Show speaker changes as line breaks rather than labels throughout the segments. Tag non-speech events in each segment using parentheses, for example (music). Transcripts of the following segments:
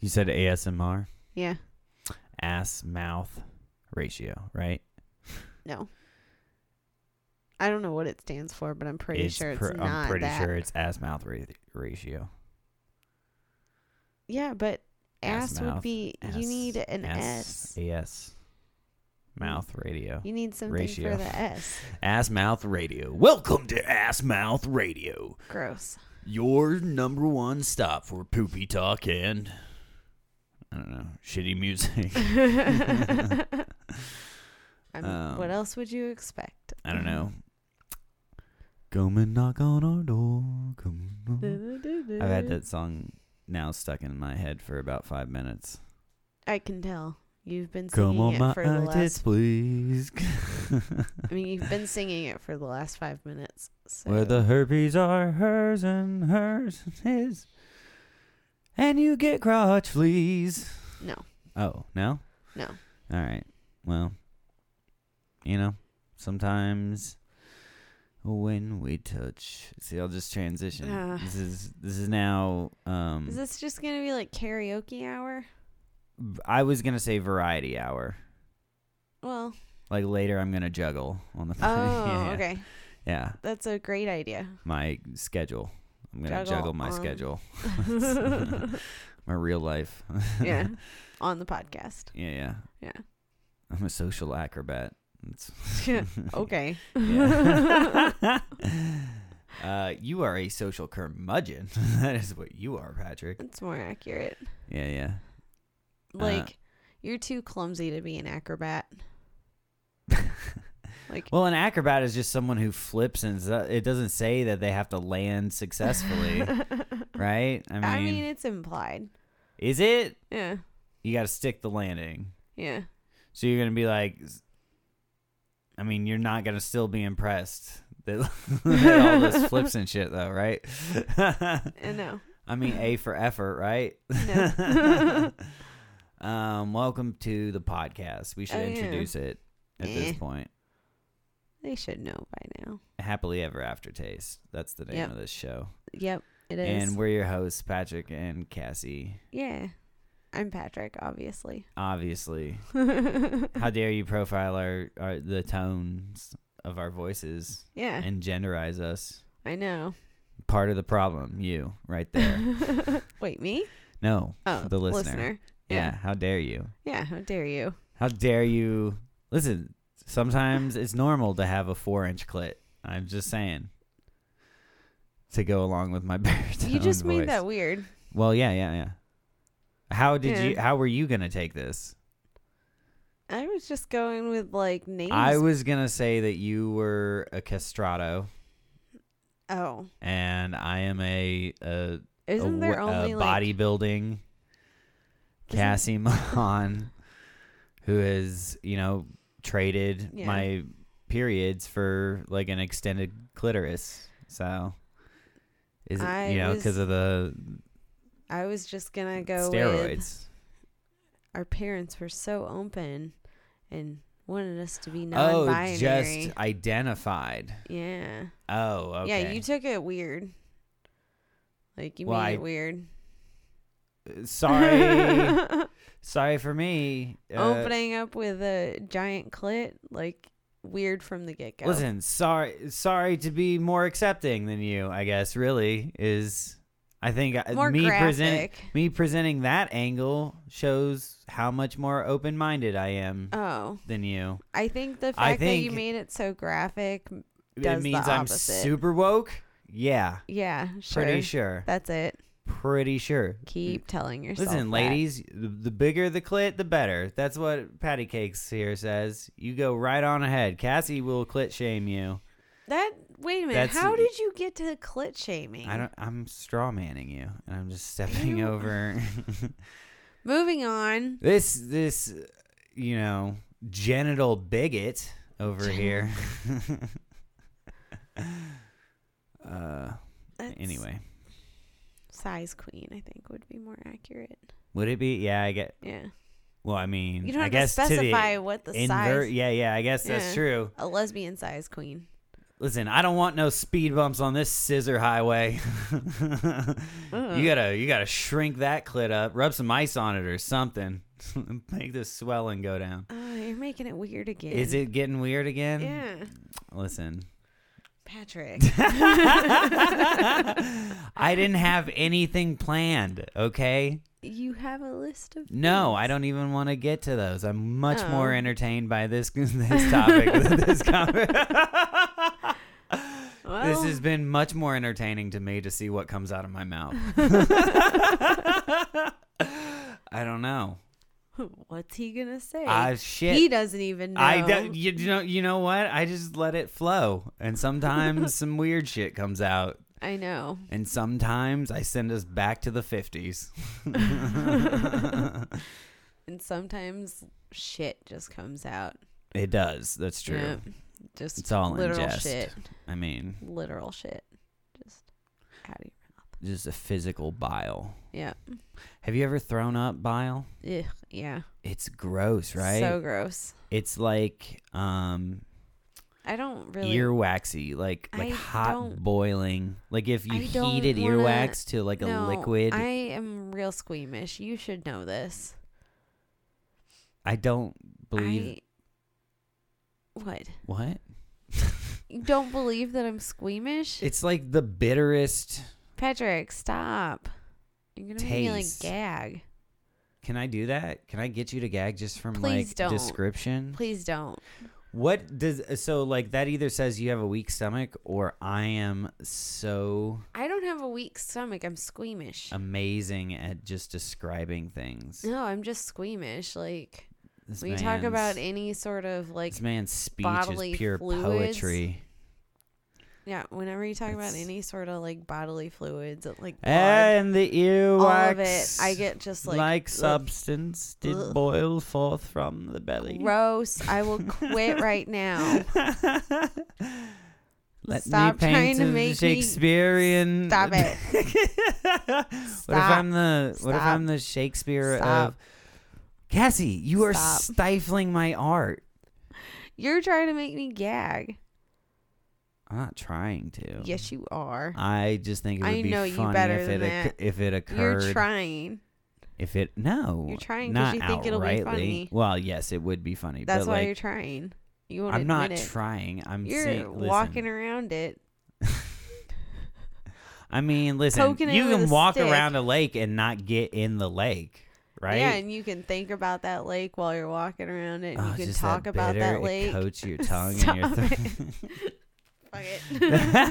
You said ASMR,
Yeah.
ass mouth ratio, right?
No. I don't know what it stands for, but I'm pretty sure it's
pr-
not
I'm pretty
that.
sure it's ass mouth ra- ratio.
yeah, but
Ass
ass,
mouth,
would be.
ass,
you need an S.
AS. Mouth radio.
You need something
ratio.
for the S.
Ass mouth radio. Welcome to Ass Mouth Radio, (laughs)
Gross. (laughs)
your number one stop for poopy talk and I don't know shitty
(laughs)
music. (laughs)
I
Um,
mean, Um, what else would you expect?
I don't
(laughs)
know. Come and knock on our door. Come. and knock- I've had that song now stuck in my head for about five minutes.
I can tell you've been singing
Come on,
it
my
for the
tits,
last.
please. (laughs)
I mean, you've been singing it for the last five minutes. So.
Where the herpes are hers and hers is his. And you get crotch fleas.
No.
Oh, no?
No.
All right. Well, you know, sometimes when we touch. See, I'll just transition.
Ah.
this is this is now um
Is this just gonna be like karaoke hour?
v- I was going to say variety hour.
Well,
Like later I'm going to juggle on the (laughs)
oh,
yeah,
okay,
Yeah,
that's a
(laughs)
great idea. (laughs)
my schedule. I'm going to
Juggle
juggle my
on-
schedule. my real life. (laughs)
yeah, on the podcast.
Yeah, yeah.
Yeah.
I'm a social acrobat.
(laughs)
It's
Yeah, Okay.
Yeah. (laughs) uh, you are a social curmudgeon. (laughs) that is what you are, Patrick.
That's more accurate.
Yeah, yeah. Uh.
Like, you're too clumsy to be
(laughs)
an acrobat. like,
Well, an acrobat is just someone who flips and zo- it doesn't say that they have to land
(laughs)
successfully, right? I mean,
I mean, it's implied.
is it?
Yeah.
You got to stick the landing.
Yeah.
So you're going to be like I mean, you're not going to still be impressed that (laughs) that all this
(laughs)
flips and shit though, right? (laughs)
Uh, no.
I mean, A for effort,
(laughs)
right?
No. (laughs)
um, welcome to the podcast. We should
Oh, yeah.
introduce it at
Eh.
this point.
They should know by now.
Happily Ever After Taste. That's the name
Yep.
of this show.
Yep. It is.
And we're your hosts, Patrick and Cassie.
yeah. I'm Patrick,
(laughs)
obviously. (laughs)
Obviously,
yeah.
how dare you profile our, our the tones of our
(laughs)
voices and genderize us?
I know.
Part of the problem, you right
(laughs)
there.
Wait, me?
No,
Oh,
the listener. Yeah.
Yeah.
how dare you?
Yeah. How dare you?
How dare you? Listen, sometimes it's normal to have a four inch clit. I'm just saying. To go along with my (laughs) baritone
You just
voice.
made that weird.
Well, yeah, yeah, yeah. How did
Yeah.
you? How were you gonna take this?
I was just going with like names.
I was gonna say that you were a castrato,
oh,
and I am a a, a
isn't
wo-
there
a
only like
bodybuilding
Isn't-
Cassie Mahan, (laughs) who has you know traded
Yeah.
my periods for like an extended clitoris. So is it
I
you know
was
because of the
I was just gonna go with
steroids?
our parents were so open and wanted us to be
Oh,
non-binary.
just identified.
yeah,
Oh, okay.
yeah. You took it weird. Like you
Well,
made
I-
it weird. (laughs)
sorry, sorry for me. Uh,
Opening up with a giant clit, like weird from the get go.
Listen, sorry, sorry to be more accepting than you. I guess really is. I think I-
more
uh, me presenting
graphic.
Me presenting that angle shows how much more open minded I am
oh,
than you.
I think the fact
I
that you
think-
made it so graphic, m-
it
Does the
means I'm
opposite.
super woke. Yeah,
yeah, sure.
pretty sure.
That's it.
Pretty sure.
Keep telling yourself.
Mm. Listen,
that.
ladies, the the bigger the clit, the better. That's what Patty Cakes here says. You go right on ahead. Cassie will clit shame you.
That wait a minute.
That's-
how did you get to clit shaming?
I don't. I'm straw manning you, and I'm just stepping
Ew.
over
Moving on.
this this you know genital bigot over
(laughs)
here. uh,
That's
anyway,
size queen I think would be more accurate.
would it be? Yeah, I get.
Yeah,
Well, I mean,
you don't
I
have to
guess
specify
to
what the
the invert.
size.
Yeah, yeah, I guess that's
Yeah.
true.
A lesbian size queen.
Listen, I don't want no speed bumps on this scissor highway. (laughs) You gotta you gotta shrink that clit up, rub some ice on it or something. (laughs) Make the swelling go down.
Oh, you're making it weird again.
Is it getting weird again?
Yeah,
Listen. (laughs)
Patrick. (laughs)
I didn't have anything planned, okay?
you have a list of.
No, I
things.
don't even want to get to those. I'm much
Oh.
more entertained by this (laughs) this topic
(laughs)
than (laughs) this comment.
Well,
This has been much more entertaining to me to see what comes out of my mouth. (laughs) I don't know.
(laughs) What's he gonna say?
I Ah, shit.
he doesn't even know.
I do, you, you know you know what? I just let it flow, and
(laughs)
sometimes some weird shit comes out,
I know.
and sometimes I send us back to the
(laughs)
fifties. (laughs)
And sometimes shit just comes out.
it does. That's true.
Yeah. Just
It's all in
literal
jest.
shit.
I mean,
Literal shit. Just out of
just a physical bile.
Yeah.
Have you ever thrown up bile?
your. Ugh, yeah.
It's gross, right?
So gross.
it's like um
I don't really.
earwaxy, like like
I
hot
don't-
boiling. Like if you
I don't
heated
wanna-
earwax to like a
No,
liquid.
I
I,
am real squeamish. You should know this.
don't believe
I, what?
what?
You don't believe that I'm squeamish?
It's like the bitterest.
Patrick, stop. You're gonna make me like
Taste.
gag.
Can I do that? Can I get you to gag just from
Please
like
don't.
description?
Please don't.
What does so like that either says you have a weak stomach or I am so
I don't have a weak stomach. I'm squeamish.
amazing at just describing things.
no, I'm just squeamish. Like
This
when you talk about
man's-
any sort of like
this man's speech
bodily
is pure
fluids,
poetry.
yeah, whenever you talk about
It's-
any sort of like bodily fluids, like blood,
And the
all
earwax,
of it, I get just
like,
like,
substance did
Ugh.
boil forth from the belly.
gross. I
(laughs)
will quit right now.
Let
Oh. Stop
me paint
trying to
a
make me-
Shakespearan.
Stop it.
(laughs) what if I'm the What if
Stop.
I'm the Shakespeare
Stop.
of Cassie? You are
Stop.
stifling my art.
You're trying to make me gag.
I'm not trying to.
Yes, you are.
I just think it would
I
be
know you
funny
better
if it
than
occ-
that.
if it occurred.
You're trying.
if it no,
You're trying
Not
'cause you think it'll be
outrightly.
funny.
Well, yes, it would be funny.
That's
but
why
like,
you're trying. You won't
I'm
admit
not
it.
trying. I'm
You're
saying, listen.
walking around it.
(laughs) I mean, listen,
Poking it
you
with
can
a
walk
stick.
around a lake and not get in the lake, right?
Yeah, and you can think about that lake while you're walking around it. and
Oh,
you can
just
talk
that
about
bitter,
that
it
lake.
coats
(laughs)
your tongue and your
Stop
throat.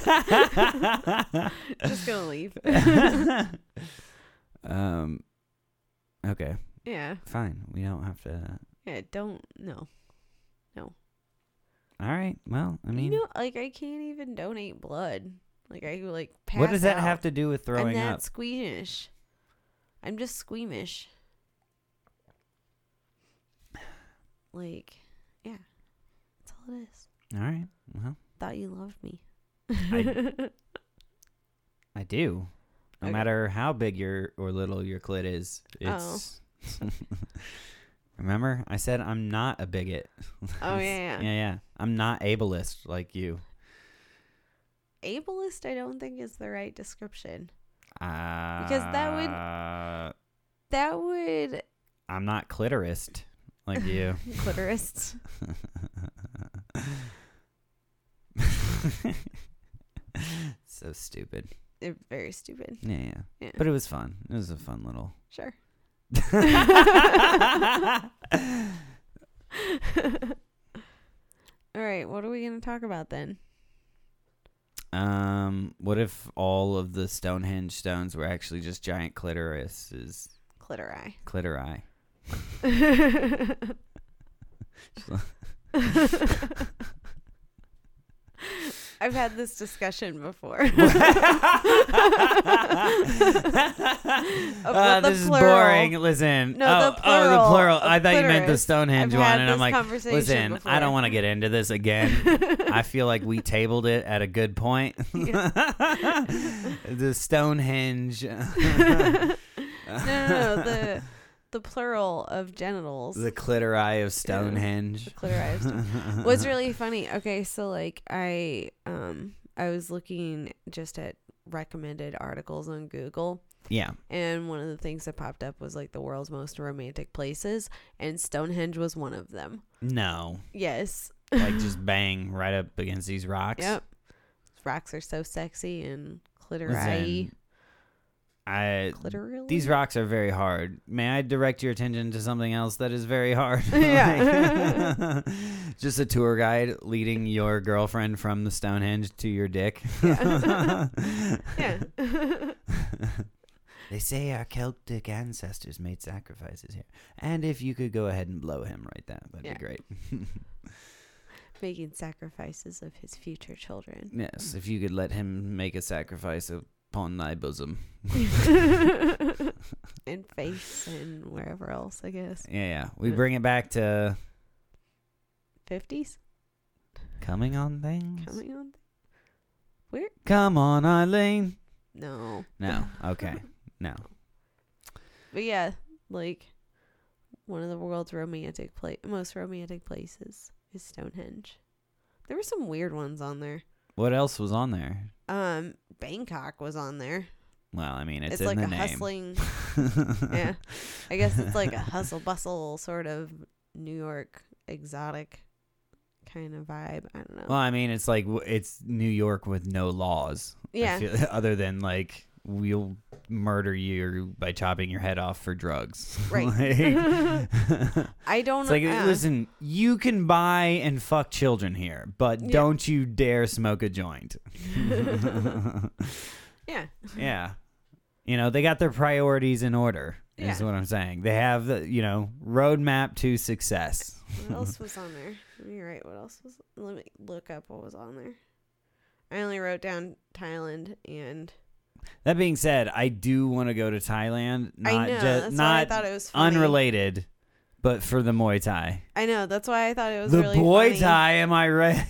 Fuck it. (laughs) Just gonna leave.
(laughs) um, okay,
yeah.
fine. We don't have to.
Yeah. Don't no.
All right. Well, I mean,
you know, like I can't even donate blood. Like I like pass
what does that
out.
have to do with
I'm
throwing
that
up?
squeamish. I'm just squeamish. Like, yeah. That's all it is.
All right. Well,
Thought you loved me.
I- I do. No
Okay.
matter how big your or little your clit is, it's.
Oh.
(laughs) Remember, I said I'm not a bigot.
(laughs) oh
(laughs)
yeah,
Yeah,
yeah.
yeah. I'm not ableist like you.
Ableist I don't think is the right description.
Uh,
that would- That would
I'm not clitorist like you.
(laughs)
(laughs)
clitorist.
so stupid.
They're very stupid.
Yeah, yeah.
Yeah.
But it was fun. It was a fun
(laughs)
little. (laughs)
Sure. All right, what are we gonna talk about then?
um, what if all of the Stonehenge stones were actually just giant clitorises,
Clitori.
clitori?
I I've had this discussion before. (laughs) of
Uh,
what the
this is
plural-
boring. Listen.
No,
oh,
the
Oh, the
plural
plural.
of
I thought you meant the
clitoris. I've
Stonehenge one,
had
and I'm
this
like,
conversation
listen, I
before.
don't want to get into this
(laughs)
again. I feel like we tabled it at a good point. (laughs)
(laughs)
the Stonehenge.
no, no, no, the the plural of genitals.
The clitori of Stonehenge.
The clitoris. What's really funny? Okay, so like I um I was looking just at recommended articles on Google
(laughs) yeah.
and one of the things that popped up was like the world's most romantic places and Stonehenge was one of them.
No.
Yes. (laughs)
Like (laughs) just bang right up against these rocks.
Yep. Rocks are so sexy and clitoris.
Listen, I
Clitoris.
these rocks are very hard. May I direct your attention to something else that is very (laughs) hard?
Yeah.
(laughs) Like, just a tour guide leading your girlfriend from the Stonehenge to your dick. (laughs)
Yeah. Yeah.
They say our Celtic ancestors made sacrifices here. And if you could go ahead and blow him right there, that'd
Yeah.
be (laughs) great.
(laughs) Making sacrifices of his future children.
(laughs) Yes, if you could let him make a sacrifice upon thy bosom.
and face and wherever else, I guess.
Yeah, yeah. We bring it back to
50s?
coming on things.
Coming on?
Come on, Eileen.
No.
No. Okay. No.
But yeah, like one of the world's romantic pla- most romantic places is Stonehenge. There were some weird ones on there.
What else was on there?
Um, Bangkok was on there.
Well, I mean, it's,
It's,
in
like
the
a
name. (laughs)
hustling. yeah, I guess it's like a hustle bustle sort of New York exotic kind of vibe. I don't know.
Well, I mean, it's like w- it's New York with no laws. I
yeah,
feel- (laughs) other than like we'll murder you by chopping your head off for drugs. (laughs)
Right. (laughs)
Like-
I
(laughs)
don't.
it's like
know.
listen, you can buy and fuck children here, but
Yeah.
don't you dare smoke a
(laughs)
joint.
(laughs)
(laughs)
yeah,
yeah. You know, they got their priorities in order. Is
Yeah.
what I'm saying. They have the, you know, roadmap to success. (laughs)
what else was on there? You're right. What else was? Let me look up what was on there. I only wrote down Thailand and
That being said, I do want to go to Thailand, not
I know
ju-
that's why I
not
thought it was funny.
unrelated, but for the Muay Thai.
I know that's why I thought it was
the
really
Muay
funny.
Thai, am I right?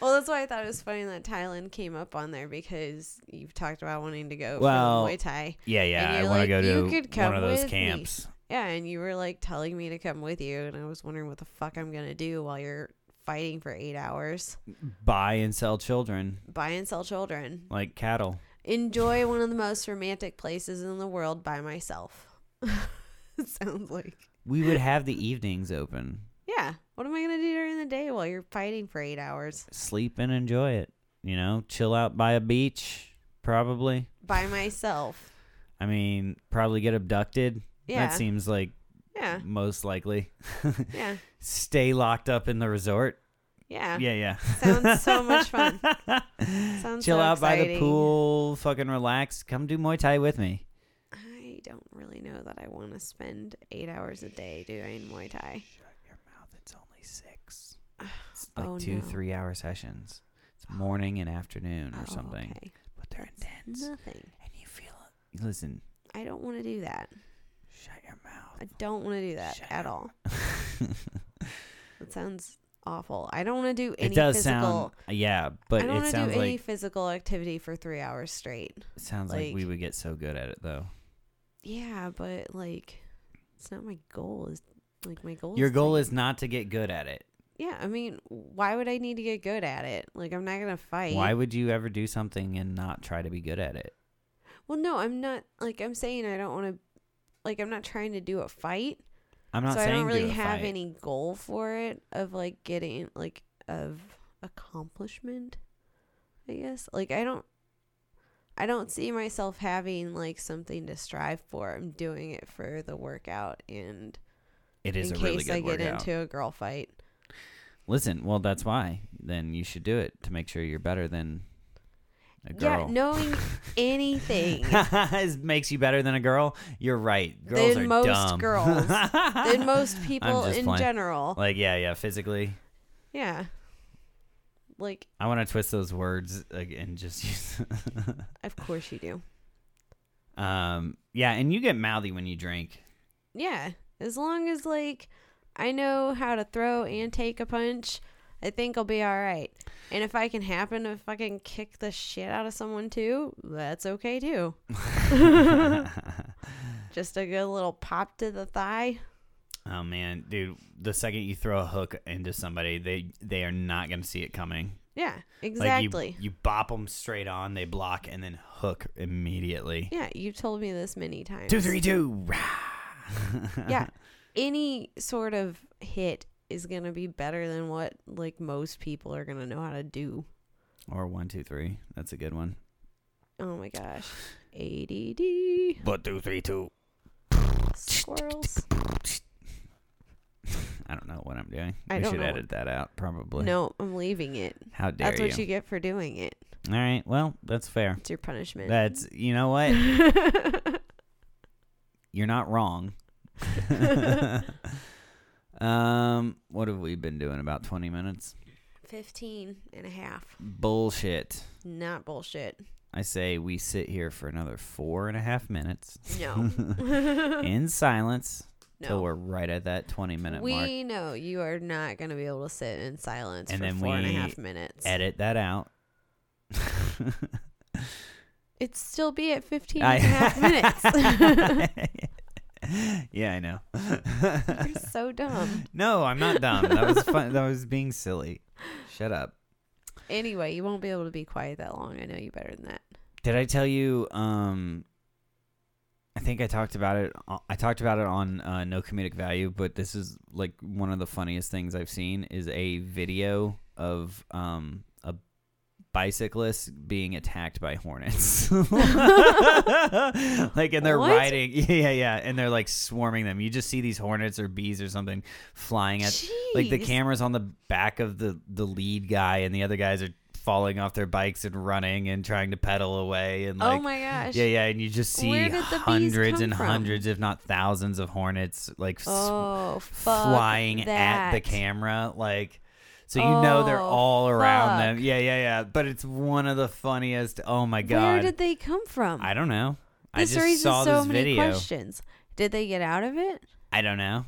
Well, that's why I thought it was funny that Thailand came up on there because you've talked about wanting to go
Well-
for the Muay Thai.
(laughs) yeah, yeah.
And
I
you're
want
like,
to
"You
go
could
to
come
one of those
with me."
camps.
Yeah, and you were like telling me to come with you, and I was wondering what the fuck I'm gonna do while you're fighting for eight hours.
Buy and sell children
Buy and sell children.
like cattle.
Enjoy one of the most romantic places in the world by myself. (laughs) it sounds like.
We would have the evenings open.
Yeah. What am I gonna do during the day while you're fighting for eight hours
Sleep and enjoy it. You know, chill out by a beach, probably.
by myself?
I mean, probably get abducted.
Yeah.
That seems like
yeah.
most likely.
Yeah.
Stay locked up in the resort.
Yeah.
(laughs) Yeah, yeah. (laughs)
Sounds so much fun. Sounds
Chill
so
out by the
exciting.
pool, fucking relax. Come do Muay Thai with me.
I don't really know that I want to spend eight hours a day doing Muay Thai.
Shut your mouth. It's only six.
Ugh. (sighs)
It's like
Oh,
two,
no.
three hour sessions. It's morning and afternoon or
Oh,
something.
okay.
But they're
That's
intense.
Nothing.
And you feel it. Listen,
I don't want to do that.
shut your
(laughs)
(laughs)
I don't want to do that
Shut
at
up.
all.
mouth.
That sounds awful. I don't want to do any
it does
physical.
sound. Yeah, but
I don't
it
want to do
sounds
any
like.
physical activity for three hours straight.
It sounds like,
like-
we would get so good at it, though.
Yeah, but like, it's not my goal. Is like my goal.
Your
to-
goal is not to get good at it.
Yeah, I mean, why would I need to get good at it? Like, I'm not gonna fight.
Why would you ever do something and not try to be good at it?
Well, no, I'm not. Like, I'm saying I don't want to. Like, I'm not trying to do a fight.
I'm not
so I
saying
don't really
do a
have
fight.
any goal for it of like getting like of accomplishment. I guess like I don't I don't see myself having like something to strive for. I'm doing it for the workout and
It is
in
a
case
really good
I get
workout.
into a girl fight.
Listen, well, that's why. Then you should do it to make sure you're better than a
Yeah,
girl.
knowing anything
(laughs) It makes you better than a girl. You're right. Girls
Than
are
most
dumb. (laughs)
girls. than most people
just
in
playing.
general.
Like yeah, yeah. Physically,
yeah. Like
I want to twist those words like, and just use. (laughs)
of course you do.
um. Yeah, and you get mouthy when you
(laughs)
drink. (laughs)
Yeah, as long as like I know how to throw and take a punch, I think I'll be all right. And if I can happen to fucking kick the shit out of someone too, that's okay too.
I
Just a good little pop to the thigh.
Oh man, dude, the second you throw a hook into somebody, they they are not going to see it coming.
Yeah,
Like, you-
exactly.
you, bop them straight on, they block and then hook immediately.
yeah, you've told me this many times.
Two, three, two. rah.
(laughs) Yeah. Any sort of hit is going to be better than what like most people are going to know how to do.
Or one, two, three. That's a good one.
Oh my gosh. ADD.
But two, three, two. (laughs)
Squirrels.
I don't know what I'm doing.
I
we
don't
should
know
edit that out, probably.
No, I'm leaving it.
How dare
That's what you get for doing it.
All right. Well, that's fair.
It's your punishment. (laughs)
That's you know what? You're not
(laughs)
wrong. (laughs) um, what have we been doing? About 20 minutes.
15 and a half.
Bullshit.
Not bullshit.
I say we sit here for another four and a half minutes (laughs)
No. (laughs)
in silence till
no.
we're right at that 20 minute mark.
We know you are not going to be able to sit in silence
And
for
then
four and a
we
half minutes.
Edit that out. (laughs)
It'd still be at 15
I-
and a
(laughs)
half minutes. (laughs)
yeah, I know.
You're
(laughs)
so dumb.
no, I'm not dumb. That was fun. That was being silly. Shut up.
Anyway, you won't be able to be quiet that long. I know you better than that.
Did I tell you? Um, I think I talked about it. o- I talked about it on uh, No Comedic Value, but this is like one of the funniest things I've seen is a video of um a bicyclist being attacked by hornets. (laughs) like and they're
What?
riding, (laughs) yeah, yeah, yeah, and they're like swarming them. You just see these hornets or bees or something flying at like the
Jeez.
camera's on the back of the the lead guy and the other guys are falling off their bikes and running and trying to pedal away and like
oh my gosh.
yeah yeah and you just see
Where did the bees
hundreds
come
and
from?
hundreds if not thousands of hornets like s-
Oh, fuck
flying at the
that.
camera like so you know they're
Oh,
all around them
fuck.
yeah yeah yeah but it's one of the funniest oh my
Where
god
did they come from?
i don't know
this
i just
raises
saw
so
this
many
video
questions. Did they get out of it?
i don't know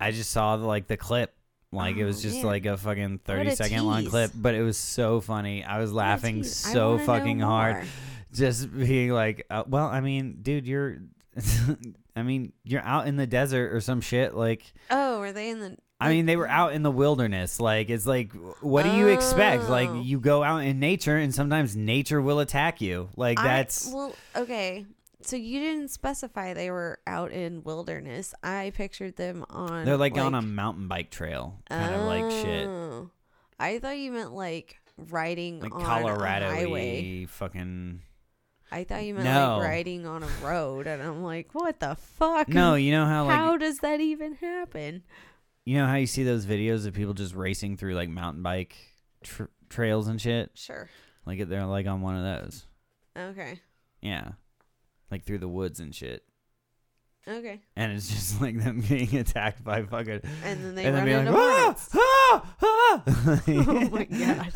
i just saw the, like the clip like it was
Oh,
just
man.
like a fucking
a
30 second long
tease.
clip but it was so funny i was laughing
Jeez, I
so
wanna know
fucking hard
more.
just being like, uh, well, I mean, dude, you're, (laughs) I mean, you're out in the desert or some shit. Like,
Oh, were they in the?
I mean, they
Mm-hmm.
were out in the wilderness. Like, it's like, what do you expect? Like,
Oh.
you go out in nature, and sometimes nature will attack you. Like,
I-
that's
well, okay. So you didn't specify they were out in wilderness. I pictured them on.
they're like, on a mountain bike trail, kind of like shit,
Oh. I thought you meant like riding
like
on
Colorado
a highway.
fucking.
I thought you meant
No.
like riding on a road, and I'm like, what the fuck?
No, you know how like
how does that even happen?
you know how you see those videos of people just racing through like mountain bike tr trails and shit.
Sure.
Like, they're like on one of those.
Okay.
Yeah. Like through the woods and shit.
Okay.
And it's just (laughs) like them getting attacked by fucking
And then they
and then
run
being
into
like,
hornets.
ah, ah, ah. (laughs)
(laughs) Oh my gosh.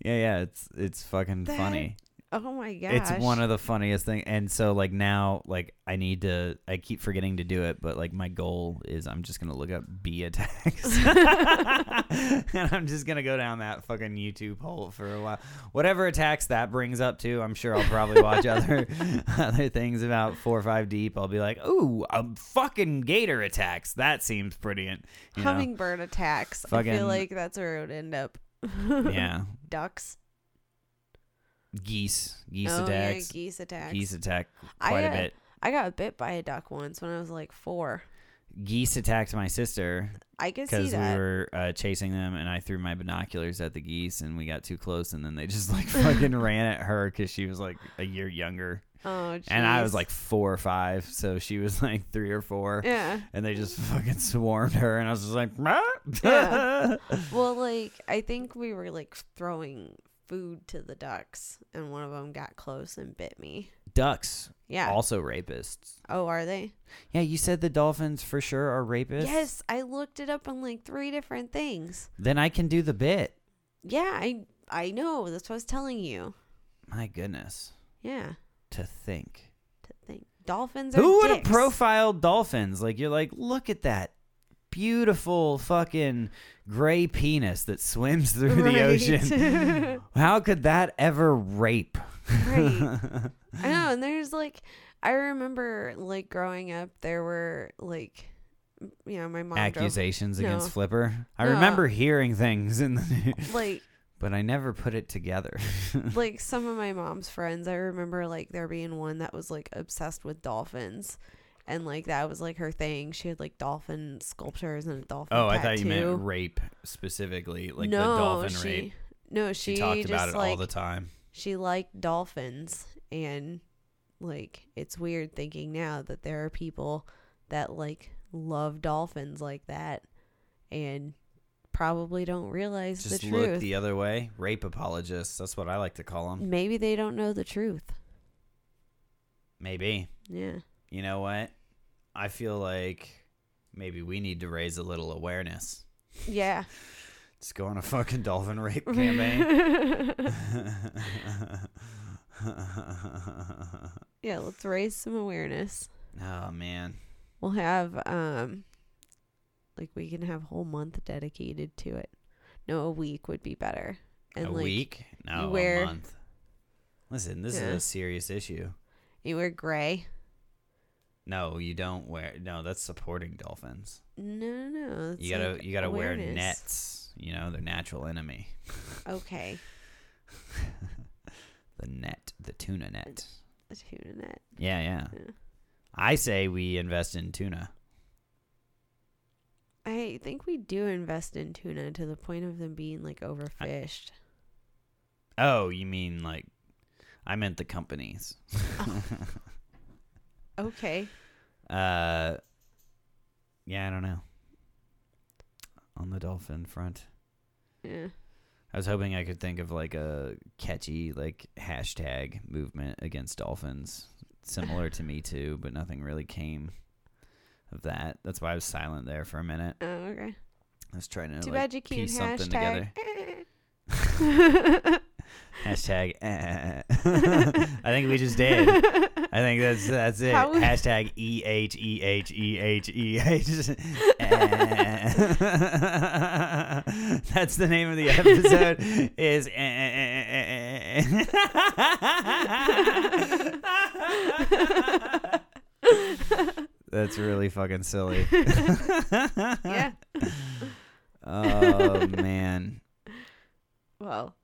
Yeah, yeah, it's it's fucking
That
funny.
Oh my gosh.
It's one of the funniest thing. And so like now like I need to I keep forgetting to do it, but like my goal is I'm just gonna look up bee attacks. (laughs) and I'm just gonna go down that fucking YouTube hole for a while. Whatever attacks that brings up to, I'm sure I'll probably
(laughs)
watch other other things about four or five deep. I'll be like, ooh, a fucking gator attacks. That seems pretty in- you know.
hummingbird attacks. I
Fucking-
feel like that's where it would end up.
Yeah.
(laughs) Ducks.
Geese. Geese
oh,
attacks.
Yeah, geese attacks.
Geese attack
I,
quite a
uh,
bit.
I got bit by a duck once when I was like four.
geese attacked my sister
I can see
because we
that.
were uh, chasing them, and I threw my binoculars at the geese, and we got too close, and then they just (laughs) like fucking ran at her because she was like a year younger,
oh,
and I was
jeez.
like four or five, so she was (laughs) like three or four,
yeah.
and they just fucking swarmed her, and I was just like,
Yeah. Well, like I think we were like throwing food to the ducks, and one of them got close and bit me.
(laughs) ducks
Yeah.
also rapists.
oh, are they?
Yeah, you said the dolphins for sure are rapists.
Yes, I looked it up on like three different things.
Then I can do the bit.
Yeah, I I know. That's what I was telling you.
My goodness,
Yeah.
to think.
To think dolphins are
Who would have
dicks.
profiled dolphins? Like you're like, look at that beautiful fucking gray penis that swims through
Right.
the ocean.
(laughs)
How could that ever rape?
Right. I know, and there's like I remember like growing up, there were like, m- you know, my mom
Accusations
No.
against Flipper. I
No.
remember hearing things in the news, (laughs)
drove like
but I never put it
(laughs)
together.
like some of my mom's friends. I remember like there being one that was like obsessed with dolphins. And like that was like her thing. She had like dolphin sculptures and a dolphin.
oh, I
tattoo.
thought you meant rape specifically, like
no,
the dolphin
she,
rape.
No,
She,
she,
talked
just
about it
like
all the time.
she liked dolphins and like it's weird thinking now that there are people that like love dolphins like that and probably don't realize
Just
the
look
truth.
the um, other way. Rape apologists. That's what I like to call them.
Maybe they don't know the truth.
Maybe.
Yeah.
You know what? I feel like maybe we need to raise a little awareness.
Yeah.
Let's go on a fucking dolphin rape campaign.
(laughs)
(laughs)
yeah, let's raise some awareness.
oh man.
We'll have um like we can have a whole month dedicated to it. No, a week would be better. And
a
like
week? No,
wear-
a month. Listen, this
Yeah.
is a serious issue.
you wear gray.
No, you don't wear. No, that's supporting dolphins.
No, no, no. it's,
you gotta,
like,
you gotta wear
awareness.
nets. You know, their natural enemy. (laughs)
Okay,
the net, the tuna net.
a tuna net.
Yeah, yeah.
Yeah.
I say we invest in tuna.
I think we do invest in tuna to the point of them being like overfished.
Oh, you mean like? I meant the companies.
okay,
Uh, yeah, I don't know. On the dolphin front,
yeah.
I was hoping I could think of like a catchy like hashtag movement against dolphins, similar to Me Too, but nothing really came of that. That's why I was silent there for a minute.
Oh, okay.
I was trying to
Too
like,
bad you can't
piece something
hashtag. (laughs)
hashtag. (laughs) eh. I think we just did. I think that's that's it.
How-
Hashtag E H E H E H E H. (laughs) That's the name of the episode. Is eh, eh, (laughs) that's really fucking silly.
(laughs) (laughs) yeah.
(laughs) Oh man.
Well,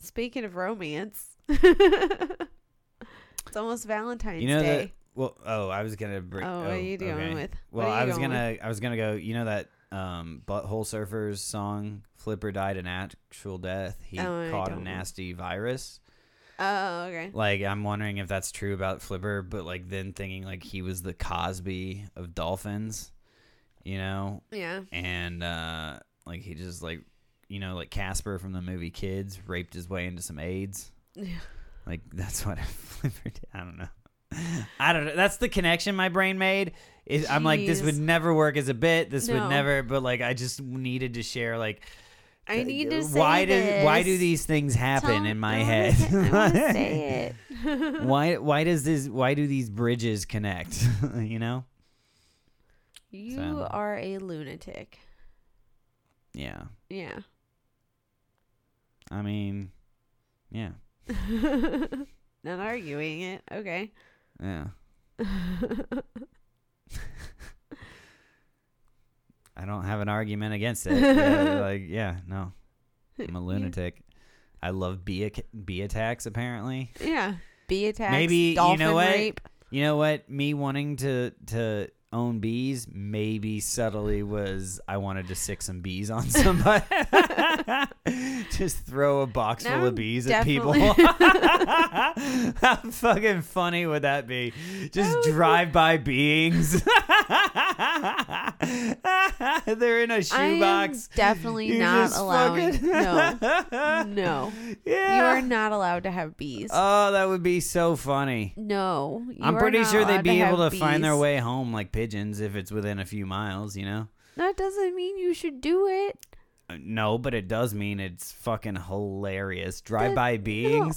speaking of romance, (laughs) it's almost Valentine's
You know that-
Day.
Well, oh, I was gonna bring.
oh, what are you doing
okay.
with? what
Well,
are you
I was
going
gonna I was gonna go. You know that um, butthole surfers song, "Flipper died an actual death. He
Oh, I
caught a
don't know.
nasty virus."
with? Oh, okay.
Like, I'm wondering if that's true about Flipper, but like then thinking like he was the Cosby of dolphins, you know,
Yeah. (laughs)
and uh, like he just like you know like Casper from the movie Kids raped his way into some AIDS.
Yeah.
Like (laughs) that's what Flipper did. I don't know. (laughs) I don't know. That's the connection my brain made. Is I'm like this
Jeez.
would never work as a bit. This
No.
would never. But like I just needed to share like
I need to say
why
this.
do why do these things happen
Tell-
in my
I (laughs) wanna
head?
say- I
(laughs)
want to say it. (laughs)
why why does this why do these bridges connect? (laughs) you know?
you
So.
are a lunatic.
Yeah.
Yeah. (laughs)
I mean, yeah,
Not arguing it. Okay. (laughs)
yeah. I don't have an argument against it.
(laughs)
Yeah, like, yeah, no, I'm a lunatic. I love bee ac- bee attacks. Apparently,
yeah. Bee attacks.
Maybe, you know
dolphin
what?
Rape.
you know what? Me wanting to to own bees maybe subtly was I wanted to sick some bees on (laughs) somebody. Just throw a box
Now
full
I'm
of bees at people. (laughs)
(laughs) definitely-
How fucking funny would that be? Just
That would be-
drive by beings. (laughs) They're in a
I am
shoebox.
definitely
You're
not
just
allowing.
fucking- (laughs)
No. No.
Yeah.
You are not allowed to have bees.
Oh, that would be so funny.
no. you
I'm
are
pretty
not
sure they'd
allowed
be able to
have
find their
bees.
way home like pigeons if it's within a few miles, you know?
That doesn't mean you should do it.
Uh, No, but it does mean it's fucking hilarious. Drive by beings. (laughs)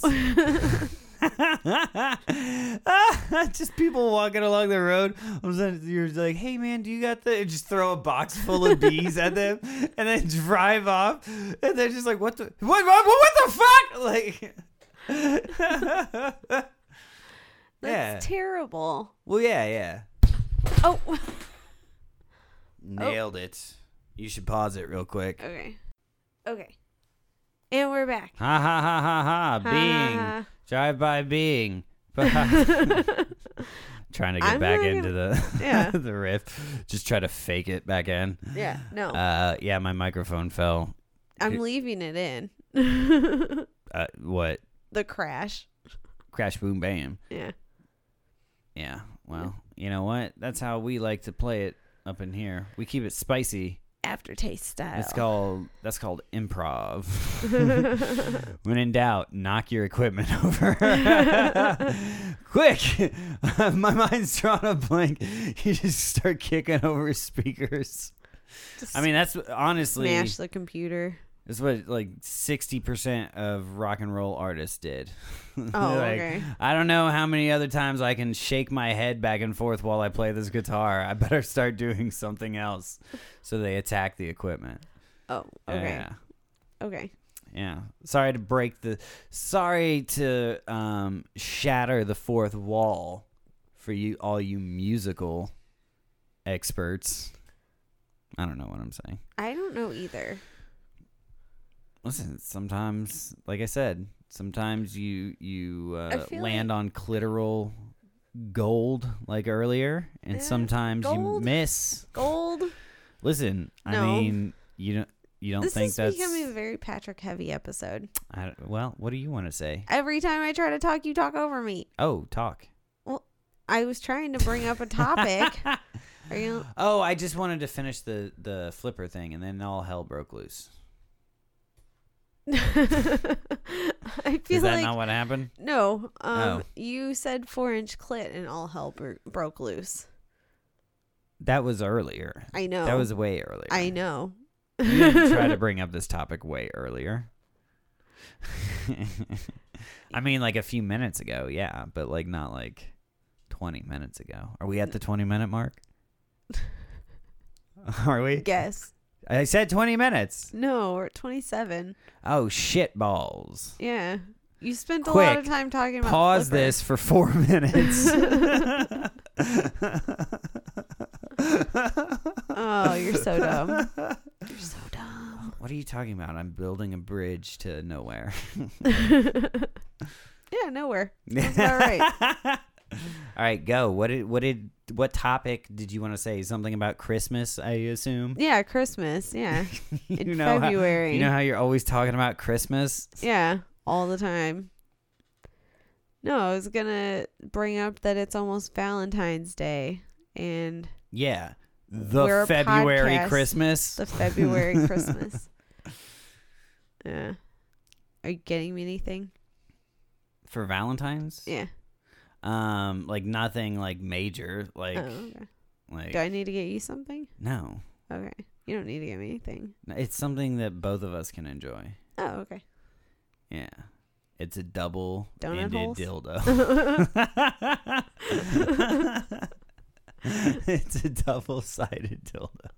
just people walking along the road. All of a sudden, You're like, hey man, do you got the? and Just throw a box full of bees at
(laughs)
them, and then drive off. And they're just like, what the? (laughs) What? What, what the fuck? Like,
(laughs)
(laughs)
That's
Yeah.
terrible.
Well, yeah, yeah.
Oh, (laughs)
Nailed it. You should pause it real quick.
okay. Okay. And we're back.
Ha ha ha ha ha. Bing.
Ha,
Drive by
(laughs)
Bing. (laughs)
ha,
Trying (laughs) to
ha.
get
I'm
back
really
into the
(laughs) Yeah.
(laughs) the riff. Just try to fake it back in.
yeah, no.
Uh, yeah, my microphone fell.
I'm
it-
leaving it in. (laughs) the
Uh, what?
crash.
Crash, boom, bam.
Yeah.
Yeah. Well, you know what? That's how we like to play it up in here. We keep it spicy.
Aftertaste style.
It's called that's called
(laughs)
improv. when in doubt, knock your equipment (laughs)
(laughs)
over. Quick! (laughs) My mind's drawn a blank. You just start kicking over speakers.
Just
I mean, that's what- honestly
smash
(laughs)
the computer.
that's what like sixty percent of rock and roll artists did. (laughs) Oh,
Oh, okay.
I don't know how many other times I can shake my head back and forth while I play this guitar. I better start doing something else. So they attack the equipment.
Oh, okay.
Yeah.
Okay.
Yeah. Sorry to break the sorry to um shatter the fourth wall for you all you musical experts. I don't know what I'm saying.
I don't know either.
Listen, sometimes like I said, sometimes you you uh,
feel
land on clitoral gold like earlier and
Eh,
sometimes you
gold?
miss.
Gold.
Listen, I
No.
mean, you don't you don't
This
think
is
that's
becoming a very Patrick heavy episode.
I don't- well, what do you want to say?
Every time I try to talk, you talk over me.
Oh, talk.
I was trying to bring up
(laughs)
a topic. Are you?
Oh, I just wanted to finish the the flipper thing, and then all hell broke loose.
(laughs) I feel
Is that
like
not what happened?
no. Um,
Oh.
you said four inch clit, and all hell bro- broke loose.
That was earlier.
I know.
That was way earlier.
I know.
You didn't
(laughs)
try to bring up this topic way earlier. (laughs) I mean, like a few minutes ago, yeah, but like not like twenty minutes ago. Are we at the twenty minute mark? (laughs) Are we?
Guess
I said twenty minutes.
no. We're at twenty seven.
Oh shit balls.
Yeah. You spent a lot
Quick,
of time talking about.
pause
flipper.
this for four (laughs)
(laughs)
minutes.
Oh, you're
(laughs)
so dumb. You're so dumb.
What are you talking about? I'm building a bridge to nowhere.
Yeah, nowhere. (laughs) That's about right.
(laughs) All right, go. What did what did what topic did you want to say? Something about Christmas, I assume. (laughs)
Yeah, Christmas. Yeah, in
you know how,
February.
you know how you're always talking about Christmas.
yeah, all the time. No, I was gonna bring up that it's almost Valentine's Day and
Yeah, the
We're a
February
podcast.
Christmas.
the
(laughs)
February Christmas. Yeah. Are you getting me anything?
for Valentine's.
Yeah.
Um, like nothing like major. Like
oh, okay.
like
Do I need to get you something?
no.
Okay. You don't need to get me anything.
No, It's something that both of us can enjoy.
Oh, okay.
Yeah. It's a double
Donut
ended
holes? (laughs)
dildo. it's a double sided dildo.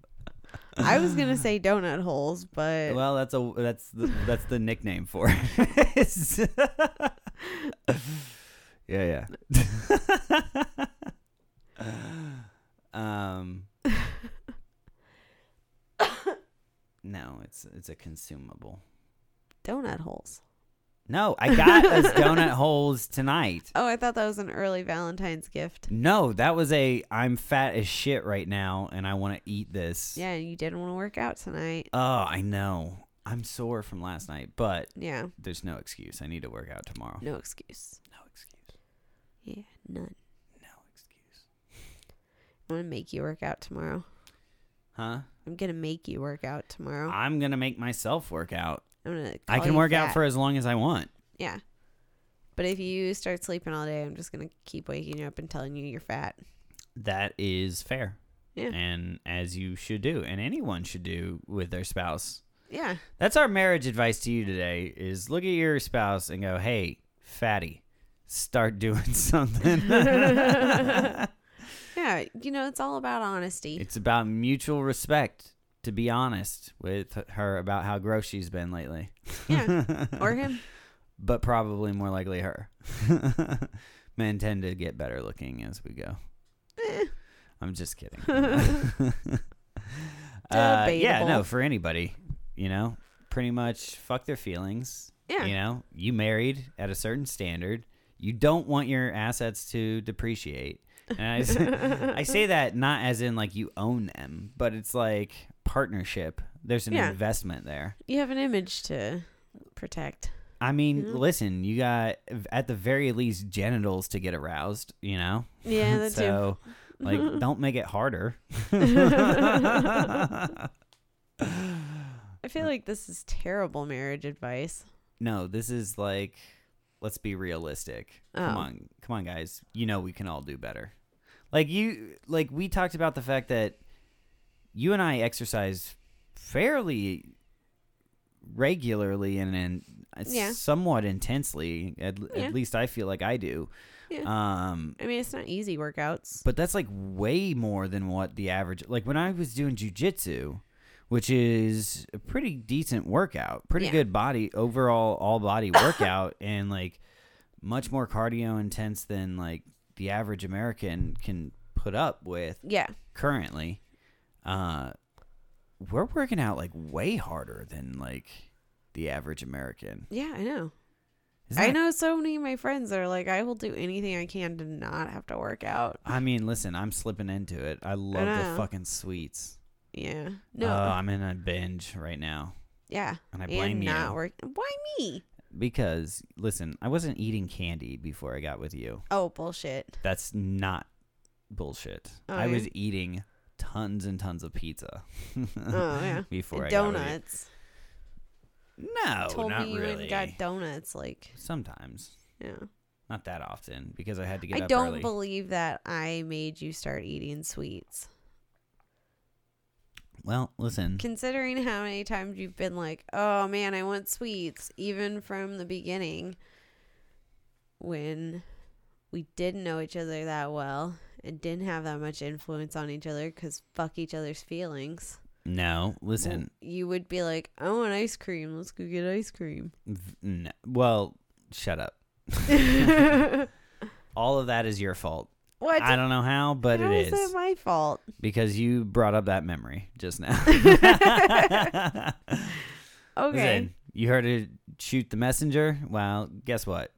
I was
(laughs)
gonna say donut holes, but
Well, that's a that's the, that's the nickname for it. (laughs) It's- yeah, (laughs) yeah.
(laughs)
um No, it's it's a consumable.
donut holes.
No, I got us
(laughs)
donut holes tonight.
Oh, I thought that was an early Valentine's gift.
No, that was a I'm fat as shit right now and I want to eat this.
Yeah, you didn't want to work out tonight.
Oh, I know. I'm sore from last night, but
Yeah,
there's no excuse. I need to work out tomorrow.
no excuse.
No excuse.
Yeah, none.
No excuse.
I'm gonna make you work out tomorrow.
Huh?
I'm gonna make you work out tomorrow.
I'm going to make myself work out.
I'm gonna.
I
call
can
you
work out
fat.
for as long as I want.
Yeah, but if you start sleeping all day, I'm just gonna keep waking you up and telling you you're fat.
That is fair.
Yeah.
And as you should do and anyone should do with their spouse.
Yeah,
That's our marriage advice to you today is look at your spouse and go, "Hey, fatty, start doing (laughs) something."
(laughs)
(laughs)
yeah. You know, it's all about honesty.
It's about mutual respect. To be honest with her about how gross she's been lately. (laughs)
Yeah. or him.
But probably more likely her. (laughs) Men tend to get better looking as we go.
Eh,
I'm just
(laughs)
kidding. (laughs) Uh, yeah, no,
Debatable.
for anybody, you know, pretty much fuck their feelings.
yeah.
You know, you married at a certain standard. You don't want your assets to depreciate. And I, s- I
(laughs)
say that not as in like you own them, but it's like partnership. There's an
Yeah.
investment there.
You have an image to
(laughs)
protect.
I mean,
Yeah.
listen, you got at the very least genitals to get aroused, you know?
Yeah, that's too.
so,
(laughs)
like, don't make it harder. (laughs) no,
I
uh,
feel like this is terrible marriage advice.
this is like, let's be realistic. Come
Oh.
on, come on, guys. You know we can all do better. Like you, like we talked about the fact that you and I exercise fairly regularly and, and
Yeah.
somewhat intensely. At,
Yeah.
at least I feel like I do.
Yeah.
Um,
I mean, it's not easy workouts.
but that's like way more than what the average like when I was doing jujitsu, which is a pretty decent workout, pretty
Yeah.
good body overall all
(laughs)
body workout and like much more cardio intense than like the average American can put up with
yeah.
currently. Uh we're working out like way harder than like the average American.
Yeah, I know.
Isn't
I
that-
know so many of my friends are like, I will do anything I can to not have to work out.
I mean, listen, I'm slipping into it. I love the
know.
fucking sweets.
Yeah. No.
Oh, I'm in a binge right now.
yeah.
And I
And
blame you.
not work. Why me?
because listen, I wasn't eating candy before I got with you.
Oh, bullshit.
That's not bullshit.
Oh,
I
yeah?
was eating tons and tons of pizza. (laughs)
Oh, yeah.
Before I got with you.
donuts.
No,
Told
not
me you
really.
went and got donuts. Like,
Sometimes,
yeah.
not that often, because I had to get
I
up
don't
early.
believe that I made you start eating sweets.
well, listen,
Considering how many times you've been like, oh man, I want sweets, even from the beginning when we didn't know each other that well and didn't have that much influence on each other because fuck each other's feelings.
no, listen.
You would be like, I want ice cream. Let's go get
(laughs)
ice cream. (laughs)
v- no- well, shut up. (laughs)
what?
All of that is your fault. I don't know how, but
How
it is.
that my fault?
because you brought up that memory just
(laughs)
now.
Okay.
Listen, you heard it shoot the messenger? Well, guess
(coughs)
what?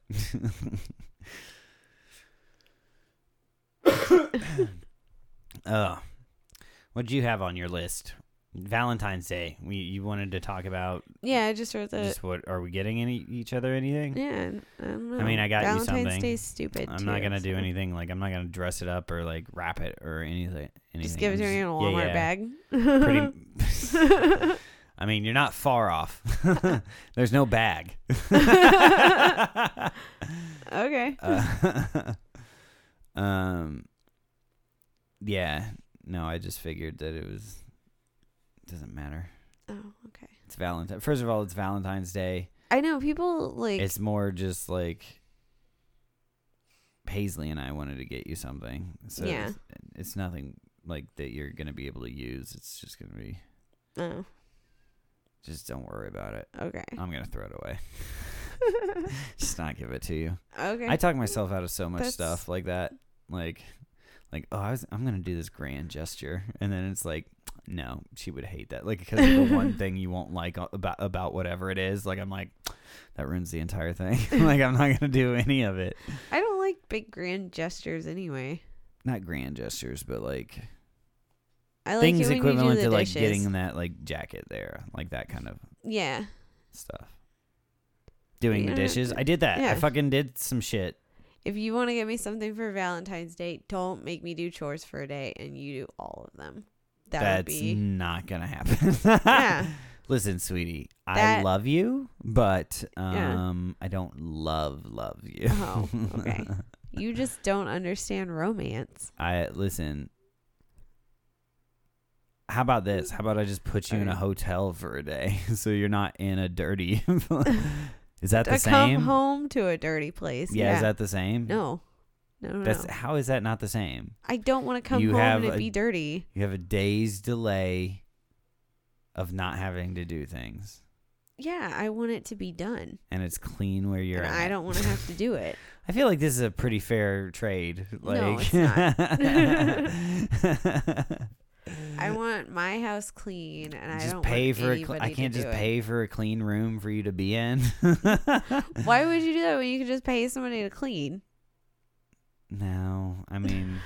oh. What do you have on your list? Valentine's Day. We you wanted to talk about
Yeah, I just wrote that.
just what are we getting any each other anything?
yeah, I don't know.
I mean, I got you
Valentine's
something.
Day's stupid.
I'm not
too,
gonna do
so.
anything like I'm not gonna dress it up or like wrap it or anything. anything.
Just give it
I'm
to me in a
yeah, yeah.
Walmart bag. (laughs)
Pretty, (laughs) I mean, you're not far off. (laughs) There's no
(laughs)
bag. (laughs)
okay.
Uh, (laughs) um yeah no i just figured that it was doesn't matter
oh, okay.
it's valentine first of all it's valentine's day
I know people like
it's more just like paisley and i wanted to get you something so
Yeah.
it's, it's nothing like that you're gonna be able to use it's just gonna be
oh,
just don't worry about it
okay.
i'm gonna throw it away (laughs) just not give it to you
(laughs) okay.
I talk myself out of so much
That's-
stuff like that. Like, like oh, I was, I'm gonna do this grand gesture, and then it's like, no, she would hate that. Like, because of the
(laughs)
one thing you won't like a- about about whatever it is. Like, I'm like, that ruins the entire thing. (laughs) like, I'm not gonna do any of it.
I don't like big grand gestures anyway.
Not grand gestures, but like,
I like
things
it when you
equivalent
do
to
the
like
dishes.
getting that like jacket there, like that kind of
Yeah.
stuff. Doing
you
the
don't have
dishes,
to-
I did that. I
yeah.
fucking did some shit.
If you want to get me something for Valentine's Day, don't make me do chores for a day and you do all of them. That would
That's
be
not gonna happen. (laughs)
(laughs) yeah.
Listen, sweetie, I
That-
love you, but
Yeah.
um, I don't love love you.
Oh, okay. You just don't understand romance.
(laughs) I listen. How about this? How about I just put you in a
Alright.
hotel for a day, (laughs) so you're not in a dirty. (laughs)
(laughs)
is that the
I
same?
come home to a dirty place.
yeah,
Yeah.
is that the same?
no. No, no,
That's
no.
how is that not the same?
I don't want to come
you
home
have
and it
a-
be dirty.
You have a day's delay of not having to do things,
Yeah, I want it to be done.
and it's clean where you're
and
at. (laughs)
I don't want to have to do it.
I feel like this is a pretty fair trade. Like,
No, it's
(laughs)
I want my house clean, and I
just
don't
pay
want
for. A
anybody
cl- I
to
can't just
do it.
pay for a clean room for you to be in.
(laughs) Why would you do that when you could just pay somebody to clean?
(laughs) No, I mean,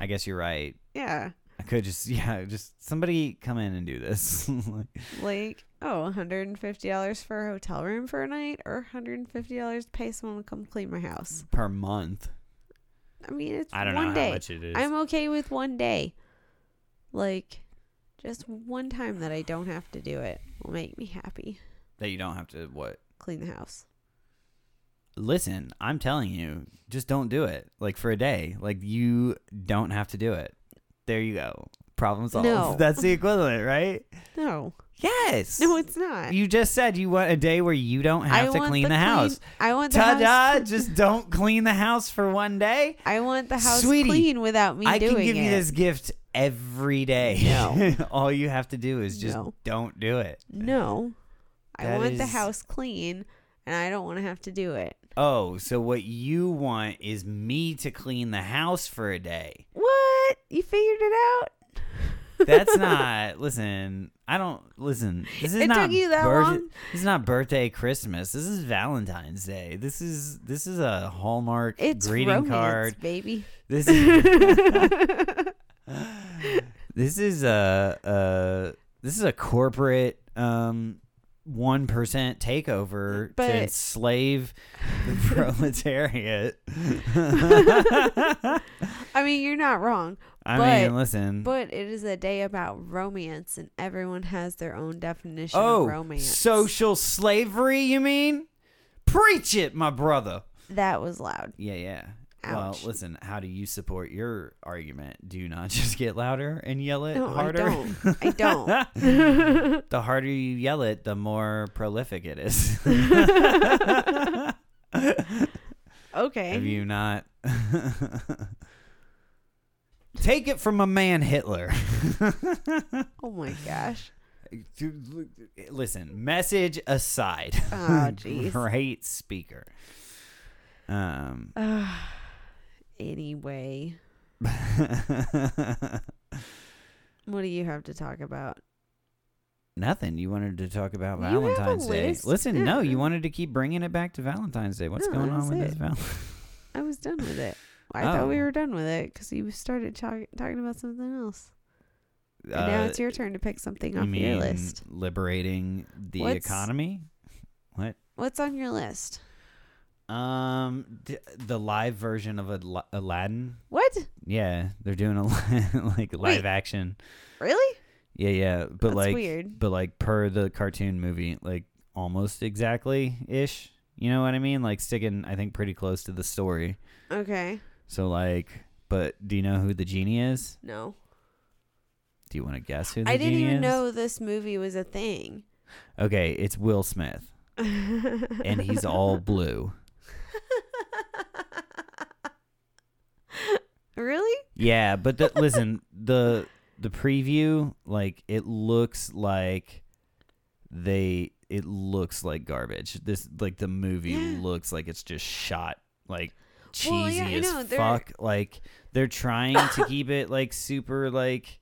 I guess you're right.
yeah,
I could just, (laughs) yeah, just somebody come in and do this. (laughs) Like,
like oh, one hundred and fifty dollars for a hotel room for a night, or one hundred and fifty dollars to pay someone to come clean my house.
per month.
I mean, it's
I don't
one
know
day.
how much it is.
I'm okay with one day. Like, just one time that I don't have to do it will make me happy.
that you don't have to what?
Clean the house.
Listen, I'm telling you, just don't do it. Like for a day, like you don't have to do it. There you go. Problem solved.
No.
(laughs) That's the equivalent, right?
No,
Yes.
no, it's not.
you just said you want a day where you don't have to
want
clean
the
the, house.
I want the house. (laughs)
Ta-da! just don't clean the house for one day.
I want the house
Sweetie,
clean without me
I
doing
can give
it.
you this gift every day.
No.
(laughs) All you have to do is just
No.
don't do it.
No, I
That
want the
is-
house clean, and I don't want to have to do it.
Oh, so what you want is me to clean the house for a day.
What? You figured it out?
That's not listen, I don't listen. This is
It took
not
you that
birth-
long?
This is not birthday Christmas. This is Valentine's Day. This is this is a Hallmark
It's
greeting
romance,
card. (laughs)
baby. (laughs)
This is This is a, a this is a corporate um one percent takeover
But-
to enslave
(laughs)
the proletariat.
I mean, you're not wrong,
I
But-
mean, listen.
but it is a day about romance, and everyone has their own definition
oh,
of romance.
social slavery? You mean? Preach it, my brother.
that was loud.
Yeah, yeah.
Ouch.
Well, listen. How do you support your argument? Do you not (laughs) just get louder and yell it
No, I
uh, harder?
don't.
(laughs)
I don't. (laughs)
the harder you yell it, the more prolific it is.
Okay.
Have you not? (laughs) Take it from a man, Hitler. (laughs)
Oh my gosh.
Listen, message aside. (laughs)
Oh, jeez. (sighs)
Great speaker. Um. (laughs)
Anyway, what do you have to talk about?
Nothing. You wanted to talk about
You have a
Valentine's Day.
list.
Listen, no,
Yeah.
you wanted to keep bringing it back to Valentine's Day. What's
No,
going on
that's
with this
it.
Valentine's?
I was done with it. I thought we
Oh.
were done with it because you started talk- talking about something else. And now it's your turn to pick something
Uh, you
off your
mean
list.
liberating the
What's-
economy?
What's on your list?
Um, d- the live version of Al- Aladdin.
What?
Yeah, they're doing a (laughs) li- like live
Wait.
action.
Really?
Yeah, yeah, but
That's
like,
weird.
but like per the cartoon movie, like almost exactly ish. You know what I mean? Like sticking, I think, pretty close to the story.
Okay.
So like, but do you know who the genie is?
No.
Do you want to guess who the
I didn't
genie
even
is?
know this movie was a thing.
Okay, it's Will Smith, and
and
he's
(laughs)
all blue.
really?
Yeah, but
(laughs)
the, listen, the the preview, like it looks like they it looks like garbage. This like the movie
Yeah.
looks like it's just shot like cheesy
Well, yeah, I
as
know, they're-
fuck. Like they're trying
(laughs)
to keep it like super like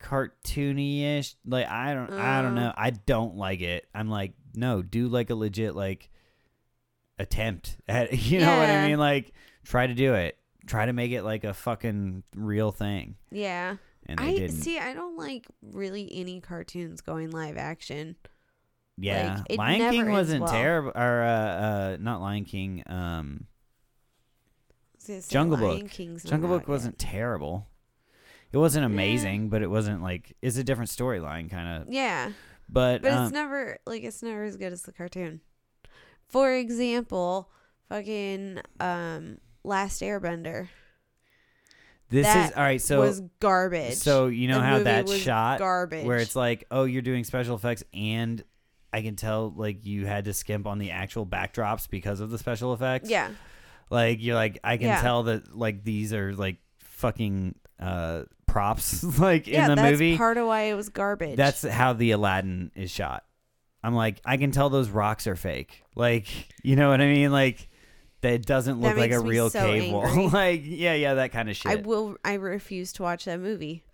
cartoony ish. Like I don't I don't
Uh.
know. I don't like it. I'm like, no, do like a legit like attempt at (laughs) you know what I
Yeah.
mean? Like try to do it. Try to make it like a fucking real thing.
Yeah.
And they
I
didn't.
see. I don't like really any cartoons going live action.
yeah.
it
Lion
never
King
ends
wasn't
well.
terrible or uh, uh not Lion King. Um
I was gonna say
Jungle
Lion
Book.
King's not
Jungle
out
Book
yet.
wasn't terrible. It wasn't amazing, but it wasn't like it's a different storyline kind of.
Yeah,
But,
but
um,
it's never like it's never as good as the cartoon. For example, fucking um, Last Airbender
this is
that
all right. So
was garbage.
so you know
The
how
movie
that's
was
shot
garbage.
where it's like, oh, you're doing special effects, and I can tell like you had to skimp on the actual backdrops because of the special effects.
yeah,
like you're like I can
Yeah.
tell that like these are like fucking uh props (laughs) like
yeah,
in the
that's
movie.
part of why it was garbage.
That's how the Aladdin is shot. I'm like I can tell those rocks are fake. Like you know what I mean? Like that it doesn't
That
look like a
makes me
real
so
cave wall.
angry.
(laughs) like, yeah, yeah, that kind of shit.
I will. I refuse to watch that movie.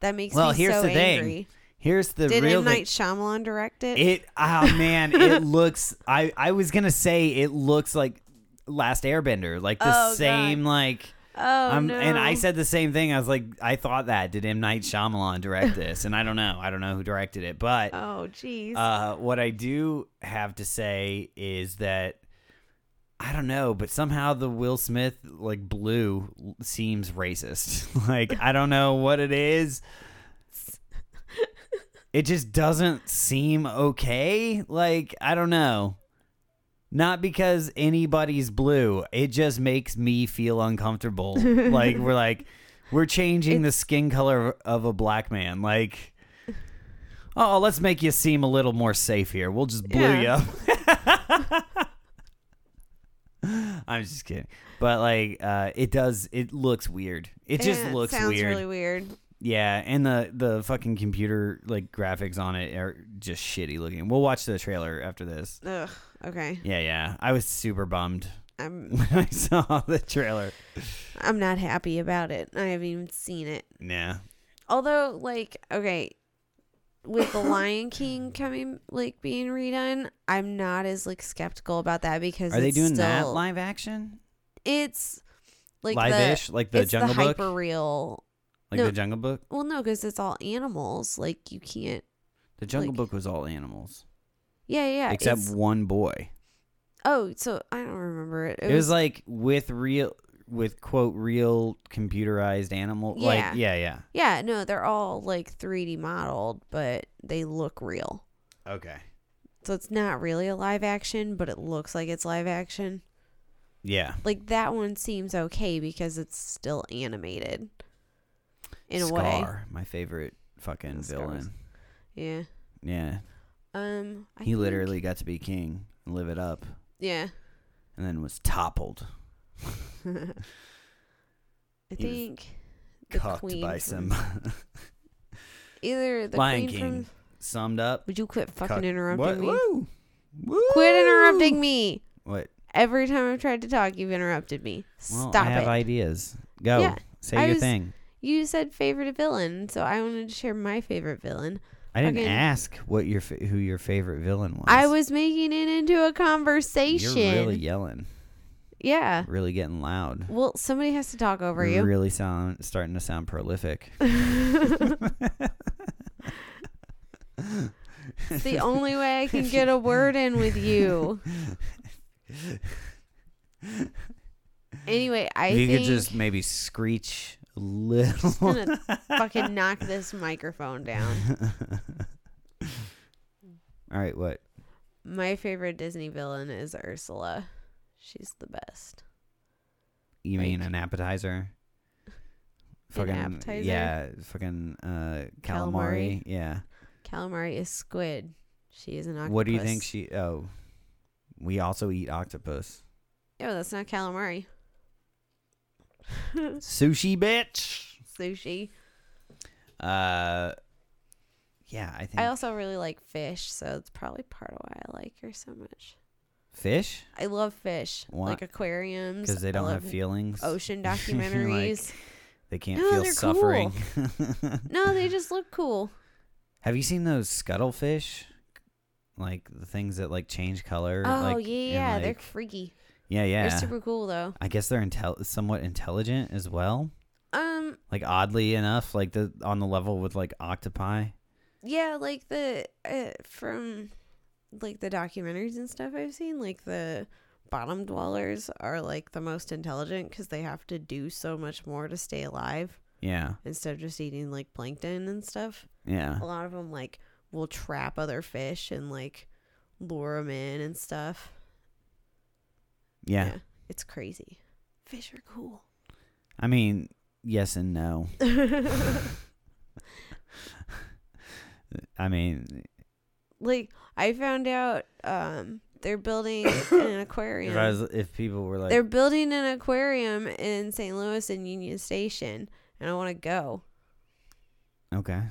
That makes
Well,
me
here's
so
the thing.
angry.
Here's the
Did
real
M
thing.
Night Shyamalan direct it?
It oh man,
(laughs)
it looks I I was going to say it looks like Last Airbender, like the
Oh, God.
same like
oh
um,
no!
and I said the same thing. I was like I thought that did M Night Shyamalan direct this? And I don't know. I don't know who directed it, but
"Oh, jeez."
uh, what I do have to say is that I don't know, but somehow the Will Smith like blue l- seems racist. (laughs) like I don't know what it
(laughs)
is. It just doesn't seem okay. Like I don't know. Not because anybody's blue. It just makes me feel uncomfortable.
(laughs)
like we're like we're changing the skin color of a black man. Like Oh, let's make you seem a little more safe here. We'll just blue
Yeah.
you up. (laughs) I'm just kidding. But like uh it does it looks weird. It just
Yeah,
looks
Eh, sounds
weird.
really weird.
yeah, and the the fucking computer like graphics on it are just shitty looking. We'll watch the trailer after this.
Ugh. Okay.
Yeah, yeah. I was super bummed (laughs)
I'm.
when I saw the trailer.
I'm not happy about it. I haven't even seen it.
Nah.
Although, like, okay, with the Lion
(coughs)
King coming, like, being redone, I'm not as like skeptical about that because
Are they
it's
doing that
still-
live action?
It's like the
Live-ish like the
it's
Jungle
the
Book?
hyper real.
like
no.
the Jungle Book?
Well, no, because it's all animals. Like, you can't.
The Jungle
Like-
Book was all animals.
Yeah, yeah.
except
it's-
one boy.
oh, so I don't remember it.
It, was, like with real, with quote real computerized animal. Like
Yeah.
yeah, yeah.
yeah, no, they're all like 3D modeled, but they look real.
Okay.
So it's not really a live action, but it looks like it's live action.
Yeah.
Like that one seems okay because it's still animated. In a way.
Scar, my favorite fucking
Scar was-
villain.
Yeah.
Yeah,
Um I
he
think-
literally got to be king and live it up, (laughs)
Yeah.
and then was toppled,
I
was
think the
cucked
queen
by
from-
some.
either
(laughs)
the
Lion
queen
King.
from
Summed up.
Would you quit fucking
cucked-
interrupting
What?
me?
Woo! Woo!
Quit interrupting me.
What?
Every time I've tried to talk, you've interrupted me.
Well,
Stop
I have
it.
ideas. Go.
Yeah,
Say
I
your
was-
thing.
You said favorite villain, so I wanted to share my favorite villain.
I didn't
fucking-
ask what your fa- who your favorite villain was.
I was making it into a
You're
conversation.
really yelling.
yeah.
really getting loud.
Well, somebody has to talk over you.
Really sound starting to sound
(laughs)
prolific. (laughs)
It's the only way I can get a word in with you. Anyway, I
If you
think
could just maybe screech a little.
I'm gonna
(laughs)
fucking knock this microphone down.
All right, what?
My favorite Disney villain is Ursula. She's the best.
You mean
Like-
an appetizer? Fucking
appetizer?
yeah, fucking uh, calamari.
Calamari?
Yeah.
Calamari is squid. She is an octopus.
What do you think she? Oh, we also eat octopus.
Oh, that's not calamari. (laughs)
Sushi, bitch.
Sushi.
Uh, yeah, I think
I also really like fish, so it's probably part of why I like her so much.
fish
I love fish,
Why?
like aquariums.
because they
I
don't
love
have feelings.
Ocean
(laughs) Like- (laughs)
documentaries.
They can't
No,
feel
they're
suffering.
(laughs)
(laughs)
no, they just look cool.
Have you seen those scuttlefish? Like the things that like change color.
Oh
like, and,
yeah, yeah, they're
like-
freaky.
yeah, yeah.
They're super cool though.
I guess they're intel- somewhat intelligent as well.
Um,
Like oddly enough, like the on the level with like octopi.
yeah, like the uh, from like the documentaries and stuff I've seen, like the bottom dwellers are like the most intelligent because they have to do so much more to stay alive
Yeah,
instead of just eating like plankton and stuff.
yeah.
a lot of them like will trap other fish and like lure them in and stuff.
Yeah.
it's crazy. Fish are cool.
I mean, yes and no. I mean,
(laughs) like I found out um they're (coughs) building an aquarium.
if I was, if people were like,
they're building an aquarium in St. Louis in Union Station, and I want to go.
okay,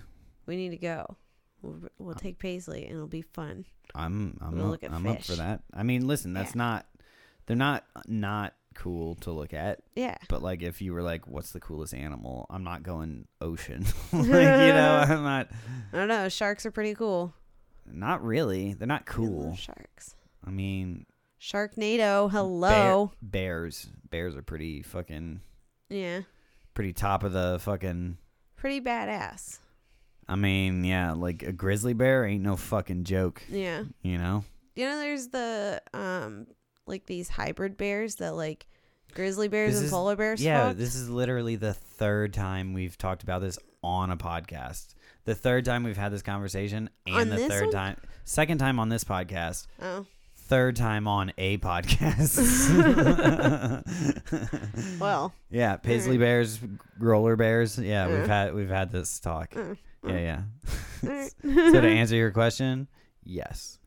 We need to go. We'll, we'll take Paisley, and it'll be fun.
I'm I'm
We'll
up,
look at
I'm up for
fish.
that. I mean, listen, that's
Yeah.
not They're not not cool to look at,
Yeah.
but like if you were like, what's the coolest animal? I'm not going ocean. (laughs) like you
(laughs)
know, I'm not.
I don't know. Sharks are pretty cool.
Not really. They're not
I love
cool.
Sharks.
I mean, bear-
Sharknado. Hello.
bears. Bears are pretty fucking
Yeah.
pretty top of the fucking.
Pretty badass.
I mean, yeah, like a grizzly bear ain't no fucking joke.
Yeah.
You know.
You know, there's the um like these hybrid bears that like grizzly bears
This
and
is-
polar bears.
yeah,
fuck.
this is literally the third time we've talked about this on a podcast. The third time we've had this conversation, and
On
the
this
third
one?
time, second time on this podcast,
Oh
third time on a (laughs)
(laughs)
podcast.
well.
yeah, Paisley
Alright.
Bears, Roller Bears. Yeah,
Uh.
we've had we've had this talk.
Mm,
Yeah, yeah.
alright.
(laughs) so to answer
(laughs)
your question, yes.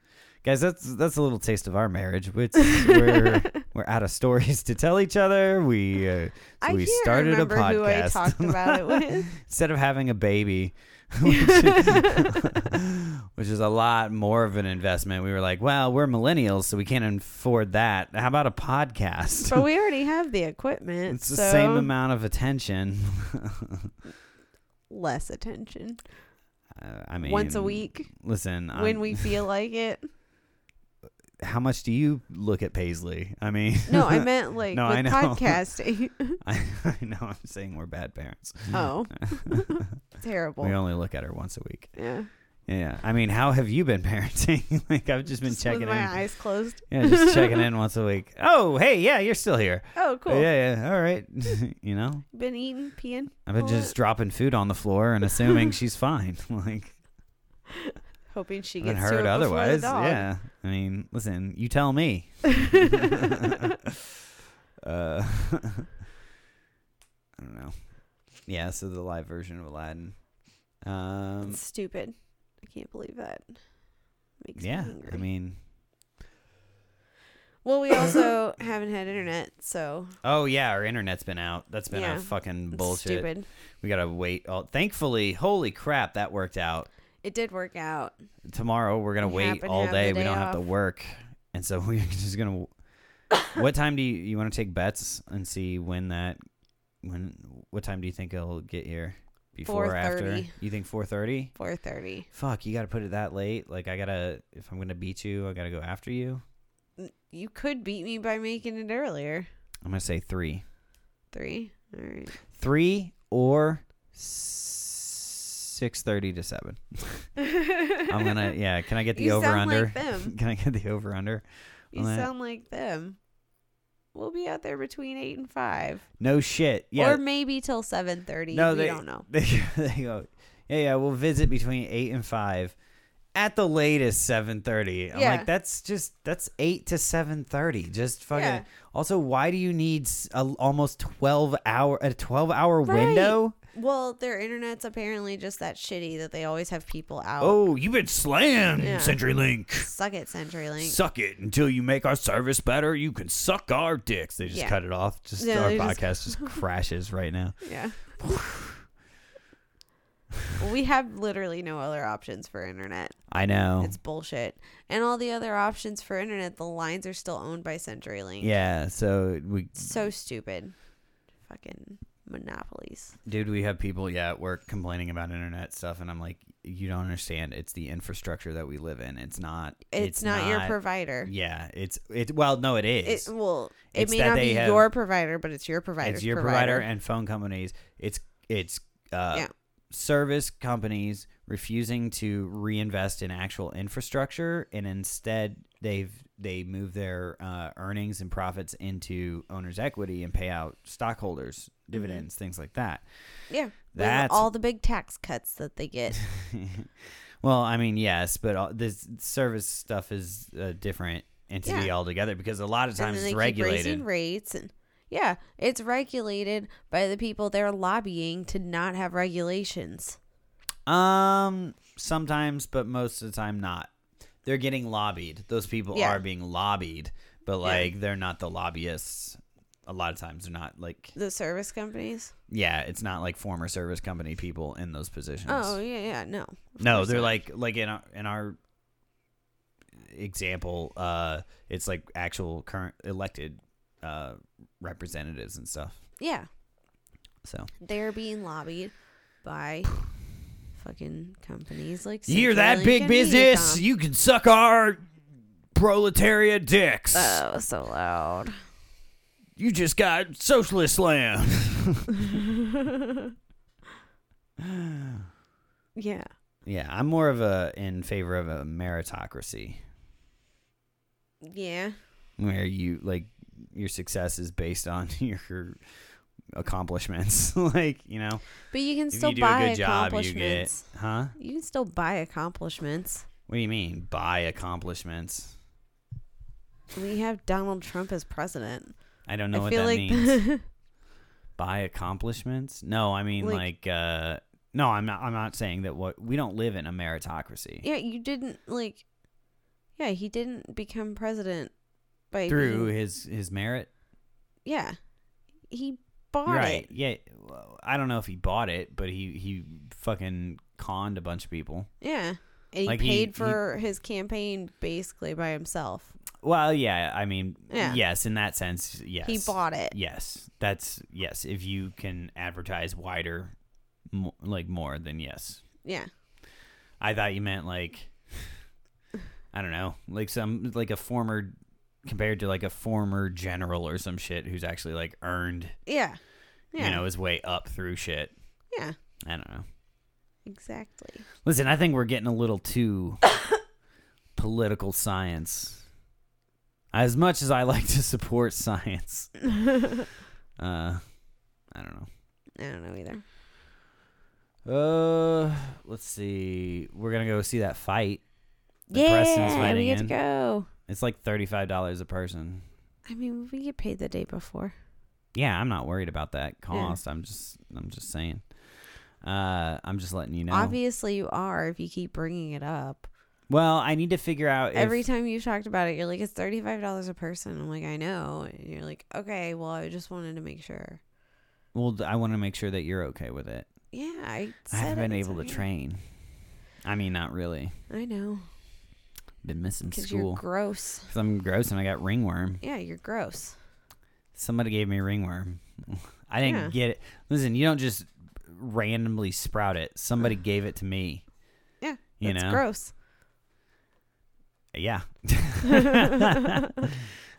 Guys, that's that's a little taste of our marriage,
(laughs)
which is we're we're out of stories to tell each other. We uh,
I
we
can't
started a
remember who I
podcast.
talked about it with.
(laughs) instead of having a
(laughs)
baby, (laughs) which, (laughs) which is a lot more of an investment, we were like, well, we're millennials, so we can't afford that. How about a podcast?
but we already have the
(laughs)
equipment.
it's
so
the same amount of attention.
less attention.
Uh, I mean,
Once a week.
Listen,
when
I'm- (laughs)
we feel like it.
how much do you look at Paisley? I mean, (laughs)
No, I meant like
No, I
with
know. (laughs)
podcasting. (laughs)
I, I know I'm saying we're bad parents.
oh, (laughs) terrible.
we only look at her once a week.
yeah.
Yeah, I mean, how have you been (laughs) parenting? like I've just been checking
with
in.
my eyes closed.
Yeah, just
(laughs)
checking in once a week. Oh, hey, yeah, you're still here.
Oh, cool.
Yeah, yeah, all right. (laughs) you know,
Been eating, peeing.
I've been
Well, uh
just dropping food on the floor and
(laughs)
assuming she's fine. (laughs) like,
Hoping she
I've been
gets to it
heard
before
otherwise.
The dog.
Yeah. I mean, listen, you tell
(laughs)
me. (laughs) uh, I don't know. Yeah, so the live version of Aladdin. Um,
It's stupid. I can't believe that. Makes
yeah,
me angry.
I mean,
well, we also (coughs) haven't had internet, so
oh yeah, our internet's been out. That's been
Yeah,
a fucking
it's
bullshit.
stupid.
We gotta wait. Oh, thankfully, holy crap, that worked out.
It did work out.
tomorrow we're gonna
We
wait
happen to
all
have the
day.
day
We don't have to
off.
work, and so (laughs) we're just gonna.
(coughs)
what time do you you want to take bets and see when that when what time do you think it'll get here? Before or after?
4:30.
You think four thirty?
Four thirty.
Fuck, you gotta put it that late. Like I gotta if I'm gonna beat you, I gotta go after you.
You could beat me by making it earlier.
I'm gonna say three,
Three. All right.
three or six thirty to seven. (laughs) I'm
(laughs)
gonna yeah. Can I get the
You
over
sound
under?
like them.
(laughs) Can I get the over under?
You
Well, that-
sound like them. We'll be out there between eight and five,
No shit. Yeah.
or maybe till seven thirty.
No,
we
they-
don't know.
(laughs) they, they go, yeah, yeah, we'll visit between eight and five. At the latest, seven thirty. I'm
Yeah.
like, that's just that's eight to seven thirty. Just fucking.
Yeah.
Also, why do you need s- a, almost twelve hour a twelve hour window?
Well, their internet's apparently just that shitty that they always have people out.
Oh, you've been slammed,
Yeah.
CenturyLink.
Suck it, CenturyLink.
Suck it until you make our service better. You can suck our dicks. They just
Yeah.
cut it off. Just
Yeah,
our
they just-
podcast
(laughs)
just crashes right now. (laughs)
yeah. we have literally no other options for internet.
I know.
It's bullshit. And all the other options for internet, the lines are still owned by CenturyLink.
yeah. So we
So stupid. Fucking monopolies.
Dude, we have people yeah at work complaining about internet stuff, and I'm like, you don't understand. It's the infrastructure that we live in. It's not.
It's, not, your provider.
Yeah, it's it. Well, no, it
It,
is.
well, it
It's
may
that
not
they
be
have-
your provider, but it's your provider.
it's your provider. and phone companies. It's it's uh,
Yeah.
service companies refusing to reinvest in actual infrastructure, and instead they've they move their uh, earnings and profits into owners' equity and pay out stockholders
Mm-hmm.
dividends, things like that.
yeah, With
That's
all the big tax cuts that
(laughs)
they get.
well, I mean, yes, but all, this service stuff is a different entity
Yeah.
altogether because a lot of
and
times
then
it's
they keep
regulated.
raising rates and yeah, it's regulated by the people they're lobbying to not have regulations.
um, sometimes, but most of the time, not. They're getting lobbied. Those people
Yeah.
are being lobbied, but like they're not the lobbyists. A lot of times, they're not like
The service companies.
yeah, it's not like former service company people in those positions.
Oh yeah, yeah, Oh, no. Of
No,
course
they're
not.
like like in our in our example, uh, it's like actual current elected uh, representatives and stuff.
Yeah.
So
They're being lobbied by fucking companies like
you're that
Central
big
Lincoln
business,
Unicom.
you can suck our proletariat dicks.
Oh, it's
(laughs)
so loud.
you just got socialist land. (laughs)
Yeah.
Yeah, I'm more of a in favor of a meritocracy
Yeah.
where you like your success is based on (laughs) your accomplishments. (laughs) like you know,
But you can
if
still
you do
buy
a good job, you get
accomplishments.
huh?
You, can still buy accomplishments.
What do you mean by accomplishments?
We have Donald Trump as president.
I don't know
I
what
feel
that
like (laughs)
means. by accomplishments? No, I mean like,
Like-
uh no, I'm not I'm not saying that what we don't live in a meritocracy.
Yeah, you didn't like Yeah, he didn't become president by
Through
being-
his his merit.
Yeah. He bought
right.
it.
Yeah. well, I don't know if he bought it, but he he fucking conned a bunch of people.
Yeah. And he
Like, he-
paid
he-
for his campaign basically by himself.
Well, yeah, I mean,
Yeah.
yes, in that sense, yes.
He bought it.
Yes. That's yes, if you can advertise wider mo- like more then yes.
Yeah.
I thought you meant like I don't know, like some like a former compared to like a former general or some shit who's actually like earned
Yeah. Yeah.
you know his way up through shit.
yeah.
I don't know.
Exactly.
Listen, I think we're getting a little too political science. As much as I (laughs) like to support science, uh, I don't know.
I don't know either.
Uh, let's see. We're gonna go see that fight. The Preston's
yeah,
fighting
we get
in.
to go.
It's like thirty-five dollars a person.
I mean, we get paid the day before.
Yeah, I'm not worried about that cost. I'm just I'm just saying. Uh, I'm just letting you know.
Obviously, you are if you keep bringing it up.
well, I need to figure out if,
Every time you've talked about it, you're like, it's $35 a person. I'm like, I know. And you're like, okay, well, I just wanted to make sure.
Well, I want to make sure that you're okay with it.
Yeah, I,
I
said
haven't
it,
been
it's
able to
okay.
train. I mean, not really.
I know.
Been missing
Because you're
school.
gross.
'Cause I'm gross and I got ringworm.
Yeah, you're gross.
Somebody gave me ringworm. (laughs) I didn't
Yeah.
get it. Listen, you don't just randomly sprout it. Somebody gave it to me.
Yeah,
You
That's
know. (laughs)
gross. (laughs)
Yeah. (laughs) I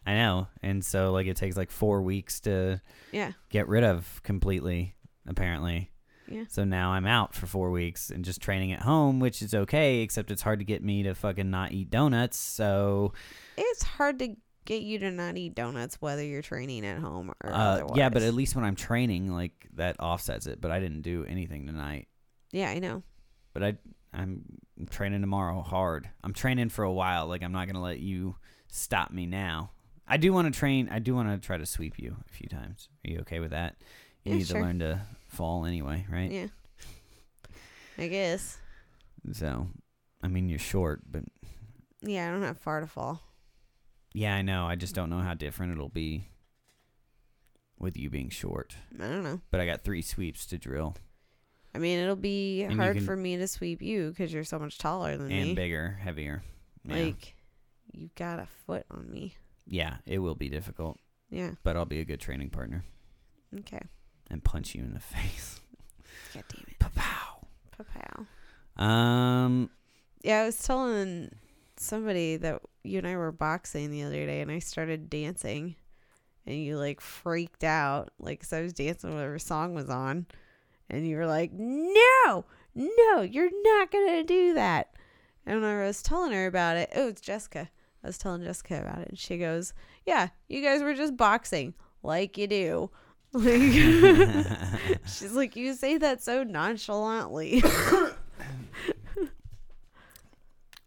know. And so like it takes like 4 weeks to
Yeah.
get rid of completely apparently.
Yeah.
So now I'm out for 4 weeks and just training at home, which is okay, except it's hard to get me to fucking not eat donuts. So
It's hard to get you to not eat donuts whether you're training at home or
uh, yeah, but
otherwise.
at least when I'm training like that offsets it, but I didn't do anything tonight.
yeah, I know.
But I I'm training tomorrow hard. I'm training for a while. Like I'm not going to let you stop me now. I do want to train. I do want to try to sweep you a few times. Are you okay with that? You
Yeah,
need
sure.
to learn to fall anyway, right?
Yeah. I guess.
So, I mean, you're short, but
Yeah, I don't have far to fall.
yeah, I know. I just don't know how different it'll be with you being short.
I don't know.
But I got three sweeps to drill
I mean, it'll be
And you
hard
can-
for me to sweep you because you're so much taller than me.
and bigger, heavier. Yeah.
Like, you've got a foot on me.
yeah, it will be difficult,
Yeah.
but I'll be a good training partner
Okay.
and punch you in the (laughs) face.
God damn it.
Pa-pow.
Papow.
Um, (laughs)
Yeah, I was telling somebody that you and I were boxing the other day, and I started dancing, and you like freaked out, like 'cause I was dancing whatever song was on, and you were like, "No, no, you're not gonna do that." And when I was telling her about it, oh, it's Jessica. I was telling Jessica about it, and she goes, "Yeah, you guys were just boxing, like you do." (laughs) Like, (laughs) she's like, "You say that so nonchalantly." (laughs)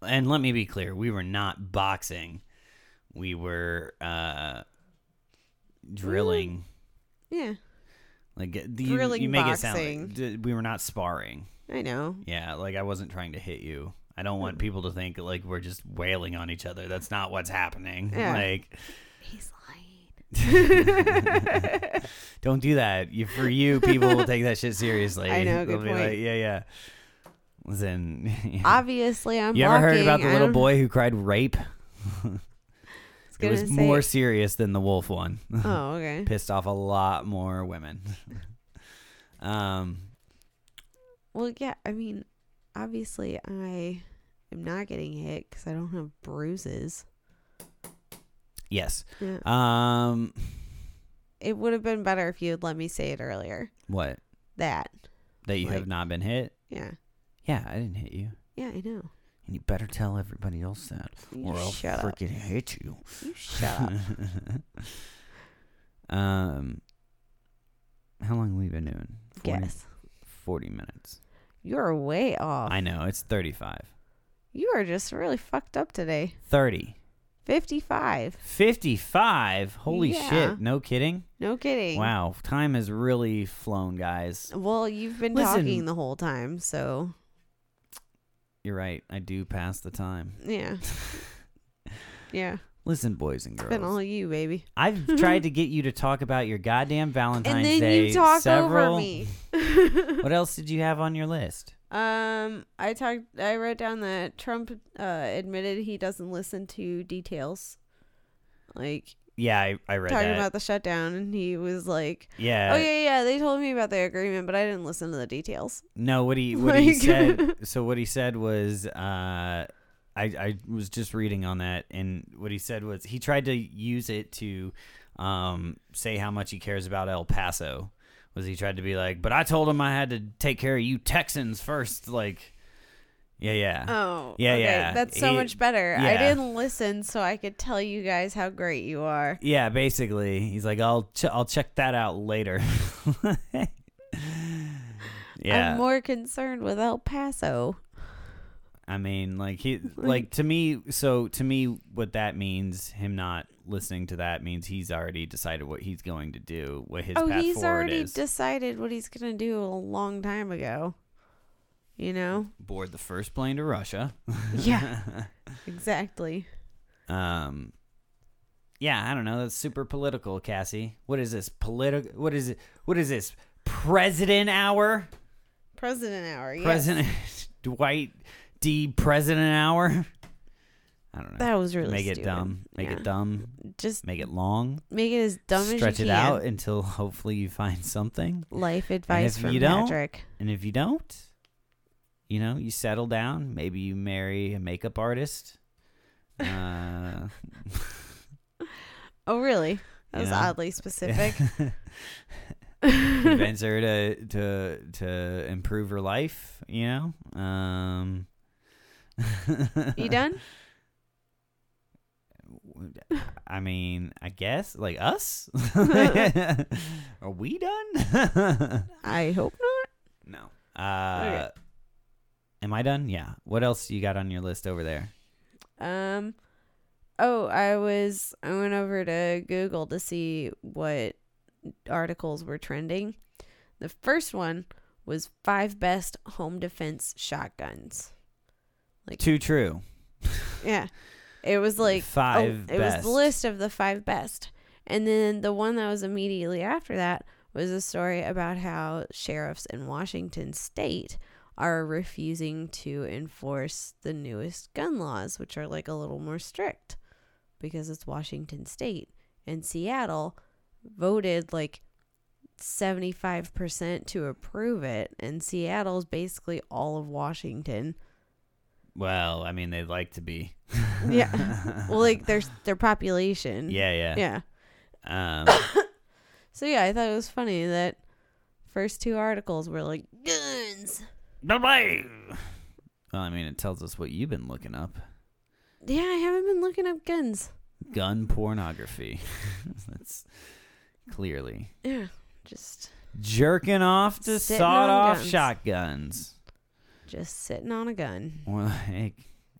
and let me be clear, we were not boxing. We were uh drilling.
yeah,
Like uh, you,
Drilling
you make it sound
boxing.
like d- we were not sparring.
I know.
Yeah, like I wasn't trying to hit you. I don't
Hmm.
want people to think like we're just wailing on each other. That's not what's happening. (laughs)
Yeah.
Like
He's
(laughs)
lying. (laughs)
don't do that. You for you people will take that shit seriously.
(laughs) I
(laughs)
know,
They'll
good
be
point.
like, yeah, yeah. (laughs) then yeah.
Obviously, I'm.
you ever heard
walking.
about the little
I'm
boy who cried rape?
just
It
gonna
was
say-
more serious than the wolf one. (laughs)
Oh, okay.
Pissed off a lot more women. (laughs) um,
Well, yeah. I mean, obviously, I am not getting hit because I don't have bruises.
yes.
Yeah.
Um,
It would have been better if you had let me say it earlier.
what?
That.
That you have
Like-
not been hit?
Yeah.
Yeah, I didn't hit you.
Yeah, I know.
And you better tell everybody else that,
You
or I'll
shut up.
freaking hit you.
You shut
(laughs)
up.
um, how long have we been doing? 40,
Guess.
40 minutes.
You're way off.
I know, it's 35.
You are just really fucked up today.
30.
55.
55? Holy
Yeah.
shit, no kidding?
No kidding.
Wow, time has really flown, guys.
Well, you've been
Listen.
talking the whole time, so
You're right, I do pass the time.
(laughs) yeah. Yeah.
Listen, boys and
It's been all
girls,
you, baby. (laughs)
I've tried to get you to talk about your goddamn Valentine's
and then
Day
you talk
several (laughs)
over me. (laughs)
What else did you have on your list?
um I talked I wrote down that Trump uh admitted he doesn't listen to details. Like
Yeah, I, I read
talking
that.
about the shutdown and he was like
yeah.
Oh yeah, yeah. They told me about the agreement, but I didn't listen to the details.
No, what he what he
Like-
said. So what he said was, uh, I I was just reading on that, and what he said was he tried to use it to um, say how much he cares about El Paso. Was he tried to be like, but I told him I had to take care of you Texans first, like, yeah, yeah.
Oh,
Uh, Yeah,
okay,
yeah.
That's so
He-
much better. I
yeah.
didn't listen, so I could tell you guys how great you are.
Yeah, basically, he's like, I'll ch- I'll check that out later. (laughs) yeah,
I'm more concerned with El Paso.
I mean, like he,
(laughs) Like-
like to me. So to me, what that means, him not listening to that means he's already decided what he's going to do, what his
oh,
path
he's
forward
already
is.
decided what he's gonna do a long time ago.
(laughs)
You know?
Board the first plane to Russia.
Yeah. exactly.
um. Yeah, I don't know. That's super political, Cassie. What is this political? What is it? What is this? President hour?
President hour. Yes.
President (laughs) Dwight D. President hour? I don't know.
That was really
make it
stupid.
dumb. Make
Yeah.
it dumb.
Just
Make it long.
make it as dumb
stretch
as you
it
can.
out until (laughs) hopefully you find something.
Life advice
if
from
you don't-
Patrick.
And if you don't, you know, you settle down. Maybe you marry a makeup
(laughs)
artist. Uh,
Oh, really? That was
Yeah. (laughs)
oddly specific.
convince her to to to improve her life. You know. Um,
(laughs)
(laughs)
you done?
I mean, I guess like
(laughs)
us. (laughs) Are we done? (laughs)
I hope
No. Uh, Am I done? Yeah. What else you got on your list over there?
not. Um, oh, I was. I went over to Google to see what articles were trending. The first one was five best home defense shotguns.
Too true.
Yeah, it was like oh,
five.
it was
best.
the list of the five best, and then the one that was immediately after that was a story about how sheriffs in Washington State are refusing to enforce the newest gun laws, which are like a little more strict, because it's Washington State and Seattle voted like. 75% to approve it and Seattle's basically all of Washington.
Well, I mean, they'd like to be. (laughs)
Yeah. (laughs) Well, like their their population.
yeah, yeah.
Yeah.
Um,
So yeah, I thought it was funny that first two articles were like guns.
Bye-bye. Well, I mean, it tells us what you've been looking up:
Yeah, I haven't been looking up guns.
gun pornography. (laughs) That's clearly
Yeah, just
jerking off to
Sitting on
sawed-off
guns.
shotguns.
just sitting on a gun.
Well, (laughs) like,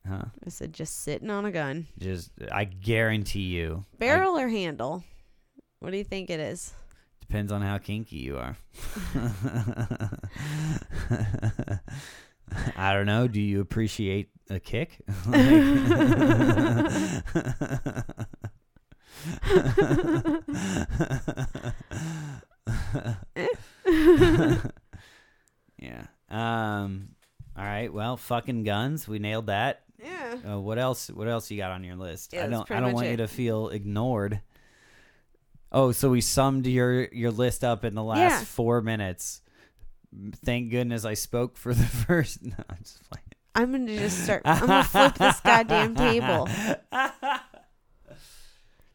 huh?
I said just sitting on a gun.
Just, I guarantee you,
Barrel or handle? What do you think it is?
Depends on how kinky you are. (laughs) I don't know. Do you appreciate a kick? (laughs) yeah. Um. All right. Well, fucking guns. We nailed that.
Yeah.
Uh, what else? What else you got on your list?
Yeah,
I
that's
don't. I
pretty
don't
much
want
it.
you to feel ignored. Oh, so we summed your your list up in the last
Yeah.
four minutes. M- Thank goodness I spoke for the (laughs) first. No, I'm just playing.
I'm going to just start. I'm going to flip this
(laughs)
goddamn table.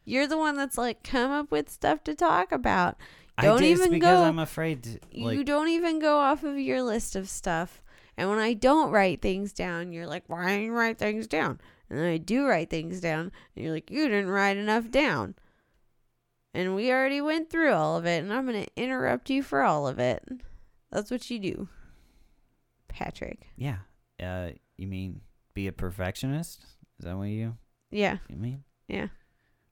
You're the one that's like, come up with stuff to talk about. Don't
I did, it's
even
because
go-
I'm afraid. To, like,
you don't even go off of your list of stuff. And when I don't write things down, you're like, why didn't you write things down? And then I do write things down, and you're like, you didn't write enough down. And we already went through all of it, and I'm going to interrupt you for all of it. That's what you do, Patrick.
yeah. Uh, you mean be a perfectionist? Is that what you
Yeah.
you mean?
Yeah.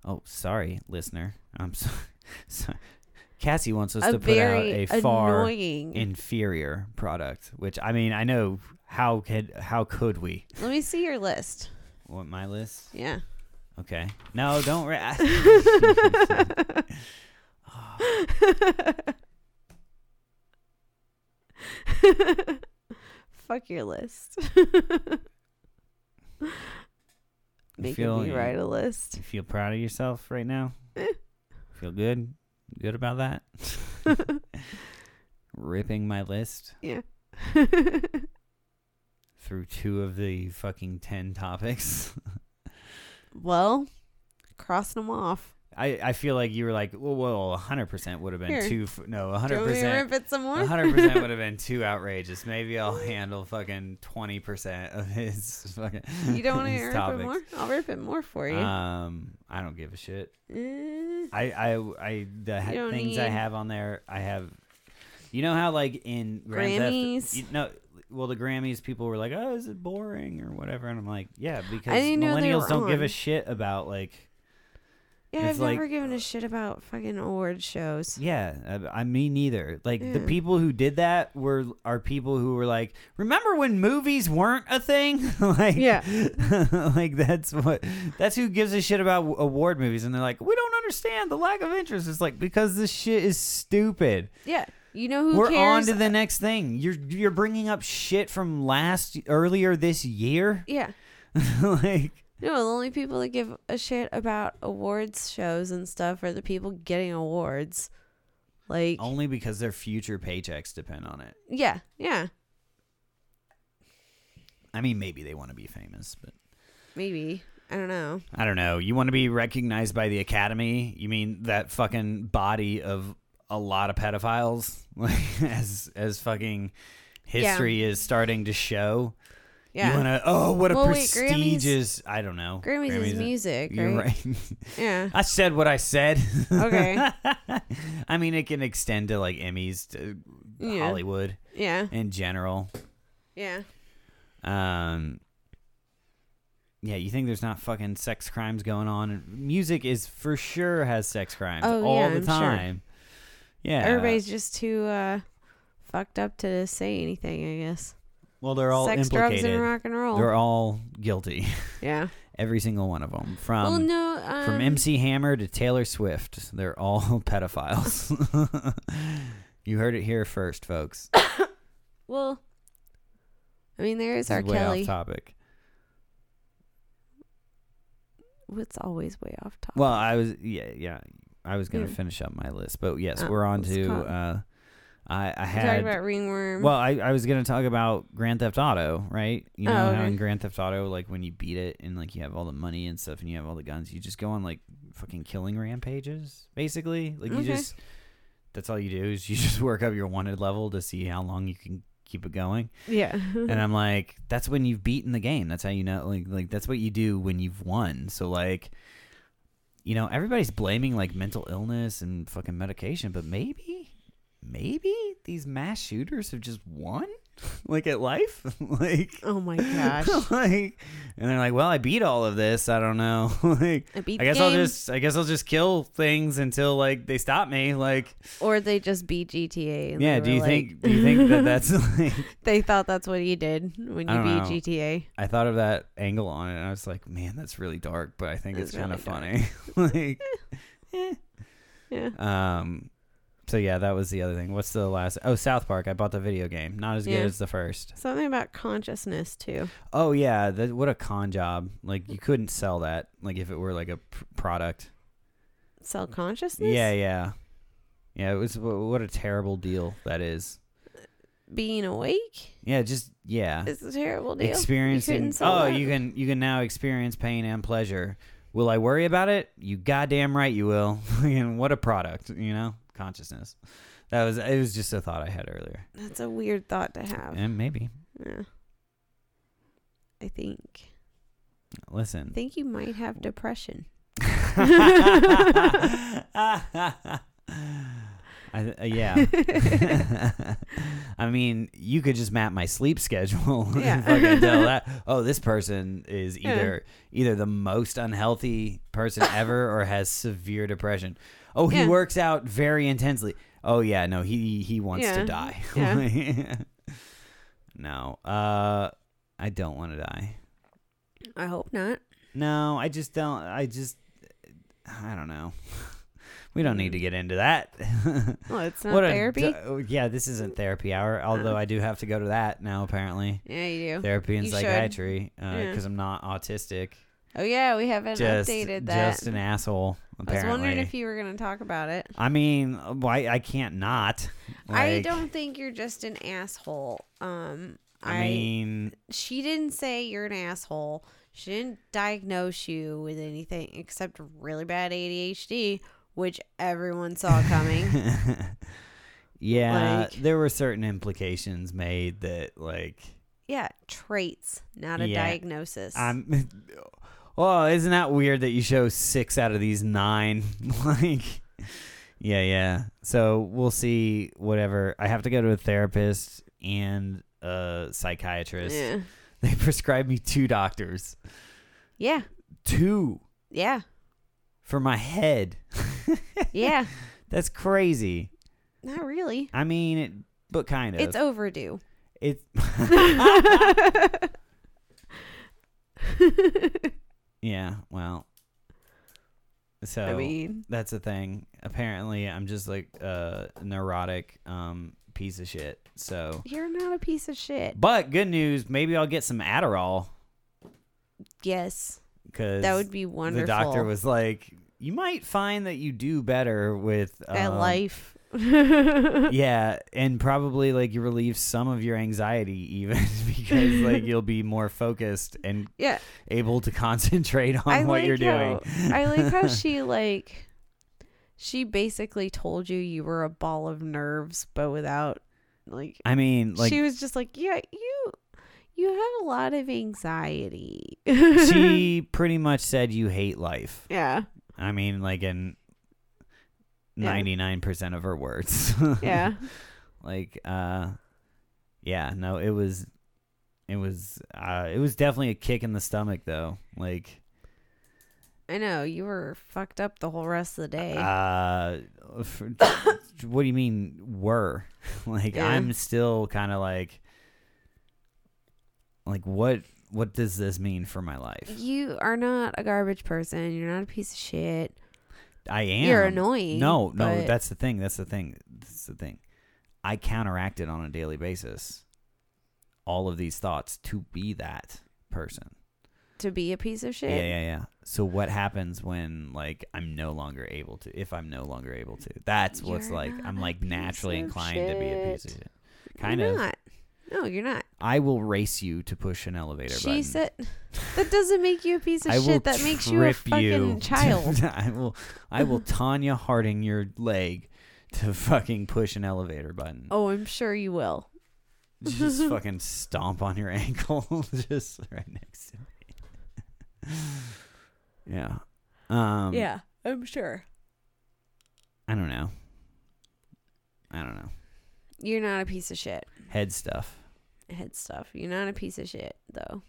Oh, sorry, listener. I'm so, (laughs) sorry. Cassie wants us
a
to put out
very
a far
annoying.
inferior product, which I mean, I know how could how could we?
Let me see your list.
What my list? (laughs)
Yeah.
Okay. No, don't.
(laughs)
Ra- (laughs) Oh,
(laughs) Fuck your list.
feel
Making me
you-
write a list. (laughs)
you feel proud of yourself right now?
Eh.
feel good? Good about that? Ripping my list through two of the fucking ten topics. (laughs)
well, crossing them off.
I, I feel like you were like, well, well 100% would have been
Here.
too. F- no,
Do you want me to
100%.
rip it some more?
100% would have been too outrageous. Maybe I'll handle fucking 20% of his (laughs) fucking.
(laughs) you don't want to
his
rip
topics.
it more? I'll rip it more for you.
Um, I don't give a shit.
Eh,
I I I the ha-
You don't
things I
need-
have on there, I have. You know how like in Grand Theft-
Grammys.
you know, well the Grammys people were like, "Oh, is it boring or whatever?" And I'm like, "Yeah, because
didn't know they
millennials
were
don't give a
on.
shit about like."
yeah,
it's
I've
like-
never given a shit about fucking award shows.
Yeah, I, I me neither. Like the
Yeah.
people who did that were are people who were like, remember when movies weren't a thing? (laughs) like,
Yeah.
like that's what that's who gives a shit about w- award movies, and they're like, we don't understand the lack of interest. It's like because this shit is stupid.
Yeah. You know who
we're on
cares?
to the next thing. You're you're bringing up shit from last earlier this year. (laughs)
yeah.
like
No, the only people that give a shit about awards shows and stuff are the people getting awards. Like,
only because their future paychecks depend on it.
yeah, yeah,
I mean, maybe they want to be famous, but.
maybe. I don't know.
I don't know. You want to be recognized by the academy? You mean that fucking body of a lot of pedophiles (laughs) like as as fucking history is starting to show. You
Yeah.
want to oh what a
Well, wait, Grammys-
prestigious I don't know.
Grammys, is music,
You're
right?
right. (laughs)
Yeah.
I said what I said.
Okay.
(laughs) I mean it can extend to like Emmys to
Yeah.
Hollywood
Yeah.
in general.
Yeah.
Um, yeah, you think there's not fucking sex crimes going on? Music is for sure has sex crimes
Oh,
all
yeah,
the
I'm sure.
time. Yeah,
Everybody's just too uh, fucked up to say anything, I guess.
well, they're all
Sex, drugs, and
implicated.
rock and roll.
They're all guilty, (laughs)
yeah.
every single one of them. From
well, no. Um,
from MC Hammer to Taylor Swift, they're all (laughs) pedophiles. you heard it here first, folks.
Well, I mean, there is
This
R.
is way off
Kelly.
topic.
It's always way off topic.
Well, I was yeah yeah. I was gonna
Yeah.
finish up my list, but yes,
Oh,
we're on
let's
to.
talk.
Uh, I I
we talked
had
about ringworm.
Well, I, I was gonna talk about Grand Theft Auto, right? You know
Oh,
how
okay.
in Grand Theft Auto, like when you beat it and like you have all the money and stuff and you have all the guns, you just go on like fucking killing rampages, basically. Like you
Okay.
just that's all you do is you (laughs) just work up your wanted level to see how long you can keep it going.
yeah.
And I'm like, that's when you've beaten the game. That's how you know like like that's what you do when you've won. So like you know, everybody's blaming like mental illness and fucking medication, but maybe maybe these mass shooters have just won (laughs) like at life. (laughs) like
(laughs) oh my gosh.
(laughs) like and they're like, "Well, I beat all of this. I don't know." (laughs) like
I beat
I
the
guess I'll
game.
just I guess I'll just kill things until like they stop me. Like
or they just beat GTA. and
yeah,
they
do
were
you
like-
think do you think
(laughs)
that that's (laughs) like
they thought that's what you did when
I
you beat
don't know.
GTA?
I thought of that angle on it, and I was like, "Man, that's really dark," but I think it's,
It's
kind of
really
funny. (laughs) like,
Yeah,
um, So yeah, that was the other thing. What's the last? Oh, South Park. I bought the video game. Not as
Yeah.
good as the first.
Something about consciousness too.
Oh yeah, that, what a con job! Like you couldn't sell that. Like if it were like a p- product.
Self consciousness.
Yeah, yeah, yeah. It was wh- what a terrible deal that is.
Being awake
Yeah, just yeah.
is a terrible deal.
Experiencing.
sell
Oh,
that.
you can you can now experience pain and pleasure. Will I worry about it? You goddamn right you will. (laughs) and what a product, you know, consciousness. That was it was just a thought I had earlier.
That's a weird thought to have.
And maybe
Yeah. I think. I
listen.
think you might have depression.
(laughs) I, uh, yeah. (laughs) I mean, you could just map my sleep schedule. (laughs) and
Yeah.
fucking
(laughs)
tell that. Oh, this person is either either the most unhealthy
(laughs)
person ever or has severe depression. Oh, he
Yeah.
works out very intensely. Oh yeah, no, he he wants
Yeah.
to die. (laughs) no, uh, I don't want to die.
I hope not.
No, I just don't. I just, I don't know. (laughs) We don't need to get into that. (laughs)
Well, it's not
a
therapy. Uh-huh.
d- oh, yeah, this isn't therapy hour. Although I do have to go to that now. Apparently,
yeah, you do.
therapy and
You should.
psychiatry
Yeah.
because I'm not autistic.
Oh yeah, we haven't
Just,
updated that.
just an asshole.
I was
Apparently, I,
wondering if you were going to talk about it.
mean, why I can't not.
(laughs) I
Like,
don't think you're just an asshole. Um, I,
I mean, (laughs)
she didn't say you're an asshole. She didn't diagnose you with anything except really bad ADHD, which everyone saw coming.
(laughs) yeah,
Like-
there were certain implications made that like.
yeah, traits, not a
Yeah.
diagnosis.
I'm. (laughs) Oh, isn't that weird that you show six out of these nine? (laughs) like, yeah, yeah. So we'll see. Whatever. I have to go to a therapist and a psychiatrist.
yeah.
(laughs) They prescribed me two doctors,
yeah,
two
yeah,
for my head. (laughs)
yeah.
That's crazy.
not really.
I mean, it, but kind of. (laughs)
It's overdue. (laughs)
It's- (laughs) yeah. Well. So
I mean,
that's the thing. Apparently, I'm just like a neurotic um, piece of shit. So,
you're not a piece of shit.
but good news, maybe I'll get some Adderall
Yes,
because
that would be wonderful.
the doctor was like, you might find that you do better with
that
um,
life. (laughs)
Yeah, and probably like you relieve some of your anxiety even (laughs) because like you'll be more focused and
Yeah.
able to (laughs) concentrate on
I
what
like
you're doing.
how- I
(laughs)
like how she like she basically told you you were a ball of nerves, but without like,
I mean, like
she was just like, yeah, you you have a lot of anxiety.
she pretty much said you hate life.
(laughs) yeah,
I mean, like in
Yeah.
ninety nine percent of her words. (laughs)
yeah,
like, uh, yeah, no, it was, it was, uh, it was definitely a kick in the stomach though. Like,
I know you were fucked up the whole rest of the day.
uh,
(laughs)
f what do you mean were? (laughs) Like,
Yeah.
I'm still kind of like, like what, what does this mean for my life?
you are not a garbage person. You're not a piece of shit.
I am.
You're annoying.
No, no,
but-
that's the thing. That's the thing. That's the thing. I counteract it on a daily basis. All of these thoughts to be that person.
to be a piece of shit.
Yeah, yeah, yeah. So what happens when like I'm no longer able to? If I'm no longer able to, that's what's
You're
like. I'm
not a
like
piece
naturally
of
inclined to be a piece of
shit.
shit. Kind
you're
of.
Not. No, you're not.
I will race you to push an elevator
She
button.
said that doesn't make you a piece
(laughs)
of
I will
shit. That makes you a
trip
fucking
(laughs) you.
child.
I will. I will Tanya Harding your leg to fucking push an elevator button.
oh, I'm sure you will.
just
(laughs)
fucking stomp on your (laughs) ankle just right next to me. (laughs) yeah. Um
yeah, I'm sure.
I don't know. I don't know.
You're not a piece of shit.
Head stuff.
Head stuff. You're not a piece of shit though.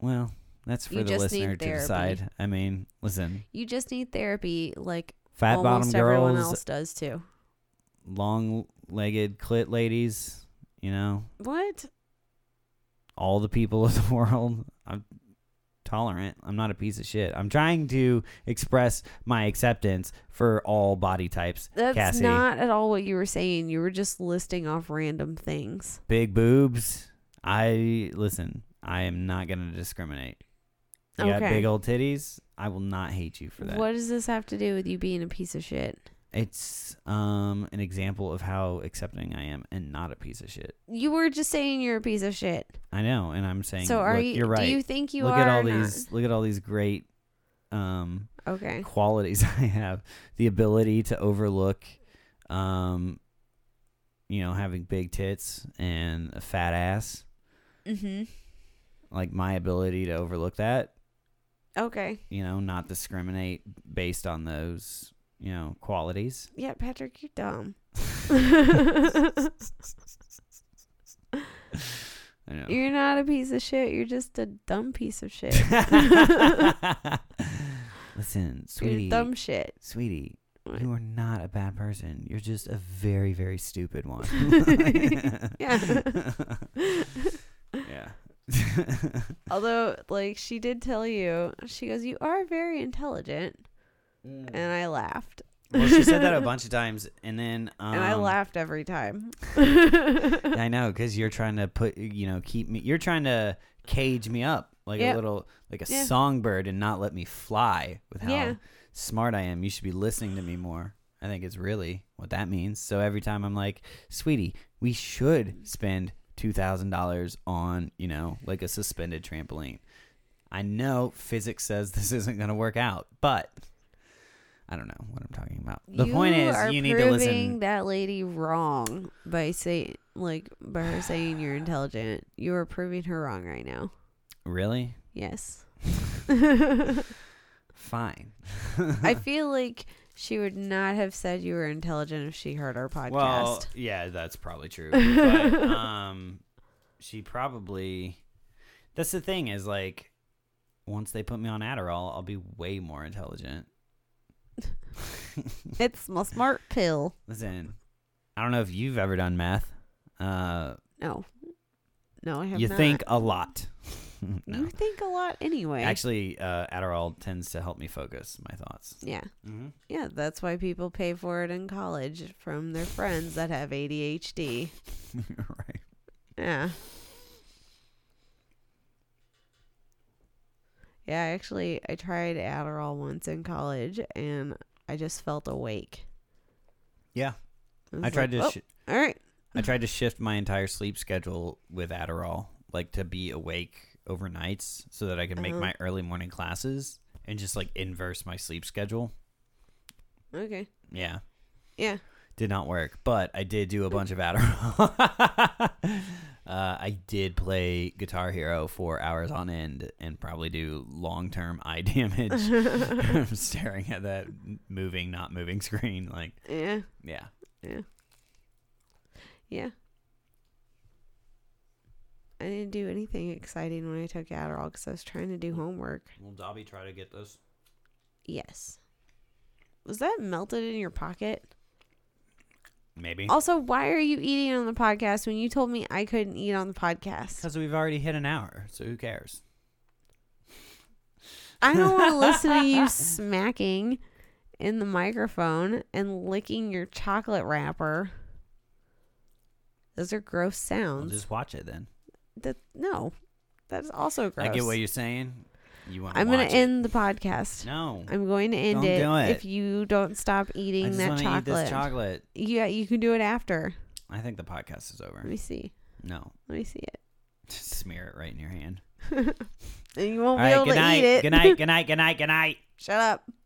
Well, that's for
You
the
just
listener
need
to
therapy.
decide. I mean, listen.
You just need therapy, like
Fat bottom
almost everyone
girls,
else does too.
long legged clit ladies, you know,
What?
(laughs) all the people of the world. I'm tolerant. I'm not a piece of shit. I'm trying to express my acceptance for all body types.
That's
Cassie.
not at all what you were saying. You were just listing off random things.
Big boobs. I listen. I am not gonna discriminate. You got
Okay.
big old titties. I will not hate you for that.
What does this have to do with you being a piece of shit?
It's um an example of how accepting I am and not a piece of shit.
You were just saying you're a piece of shit.
I know, and I'm saying
so are
look,
you?
you're right.
Do you think you
look
are?
at all
or not?
these look at all these great um
Okay.
qualities (laughs) I have. The ability to overlook um you know, having big tits and a fat ass.
Mm-hmm.
Like my ability to overlook that,
Okay.
you know, not discriminate based on those, you know, qualities.
Yeah, Patrick, you're
(laughs)
dumb.
I know.
You're not a piece of shit. You're just a dumb piece of shit.
(laughs) Listen,
You're
sweetie,
dumb shit.
sweetie,
What?
you are not a bad person. You're just a very, very stupid one.
(laughs) Yeah.
(laughs) yeah.
Although, like, she did tell you, she goes, You are very intelligent. And I laughed.
(laughs) well, she said that a bunch of times, and then um,
and I laughed every time.
(laughs) I know because you're trying to put, you know, keep me. You're trying to cage me up like
Yeah.
a little, like a
Yeah.
songbird, and not let me fly with how
Yeah.
smart I am. You should be listening to me more. I think it's really what that means. So every time I'm like, sweetie, we should spend two thousand dollars on, you know, like a suspended trampoline. I know physics says (laughs) this isn't going to work out, but I don't know what I'm talking about. The point is,
are
you need to
proving
listen.
that lady wrong by saying, like, by her saying you're intelligent. You are proving her wrong right now.
Really?
Yes.
Fine.
(laughs) I feel like she would not have said you were intelligent if she heard our podcast.
Well, yeah, that's probably true.
(laughs)
But um, she probably. That's the thing is like, once they put me on Adderall, I'll be way more
(laughs)
intelligent.
it's my smart pill.
Listen, I don't know if you've ever done math. Uh,
No. No, I have
you
not.
think a lot. (laughs) no.
You think a lot anyway.
Actually, uh, Adderall tends to help me focus my thoughts.
yeah.
Mm-hmm.
Yeah, that's why people pay for it in college from their friends that have ADHD.
(laughs) right.
Yeah. Yeah, actually, I tried Adderall once in college and I just felt awake.
Yeah.
I, was
I tried
like,
to.
"Oh,
Sh-
all right.
I tried to shift my entire sleep schedule with Adderall, like to be awake overnights so that I could make
Uh-huh.
my early morning classes and just like inverse my sleep schedule.
Okay.
Yeah.
Yeah.
Did not work, but I did do a bunch of Adderall. (laughs) uh, I did play Guitar Hero for hours on end and probably do long term (laughs) eye damage from staring at that moving, not moving screen. Like,
Yeah.
yeah.
Yeah. I didn't do anything exciting when I took Adderall because I was trying to do homework.
Will Dobby try to get this?
Yes. Was that melted in your pocket?
Maybe.
Also, why are you eating on the podcast when you told me I couldn't eat on
(laughs)
the podcast?
Because we've already hit an hour, so who cares?
I don't want to listen to you smacking in the microphone and licking your chocolate wrapper. Those are gross
I'll
sounds.
just watch it then.
That no, that's also gross.
I get what you're saying. You want?
I'm gonna
watch it.
end the podcast.
No,
I'm going to end
Don't
it,
do it.
if you don't stop
I
eating
just
that
want to eat
chocolate.
this chocolate.
Yeah, you can do it after.
I think the podcast is
Let
over.
me see.
No, (laughs)
Let me see it.
Just smear it right in your hand.
And you
All
won't be
right,
able
good
to
night.
eat it.
Good night. Good night. Good night. Good night.
(laughs) Shut up.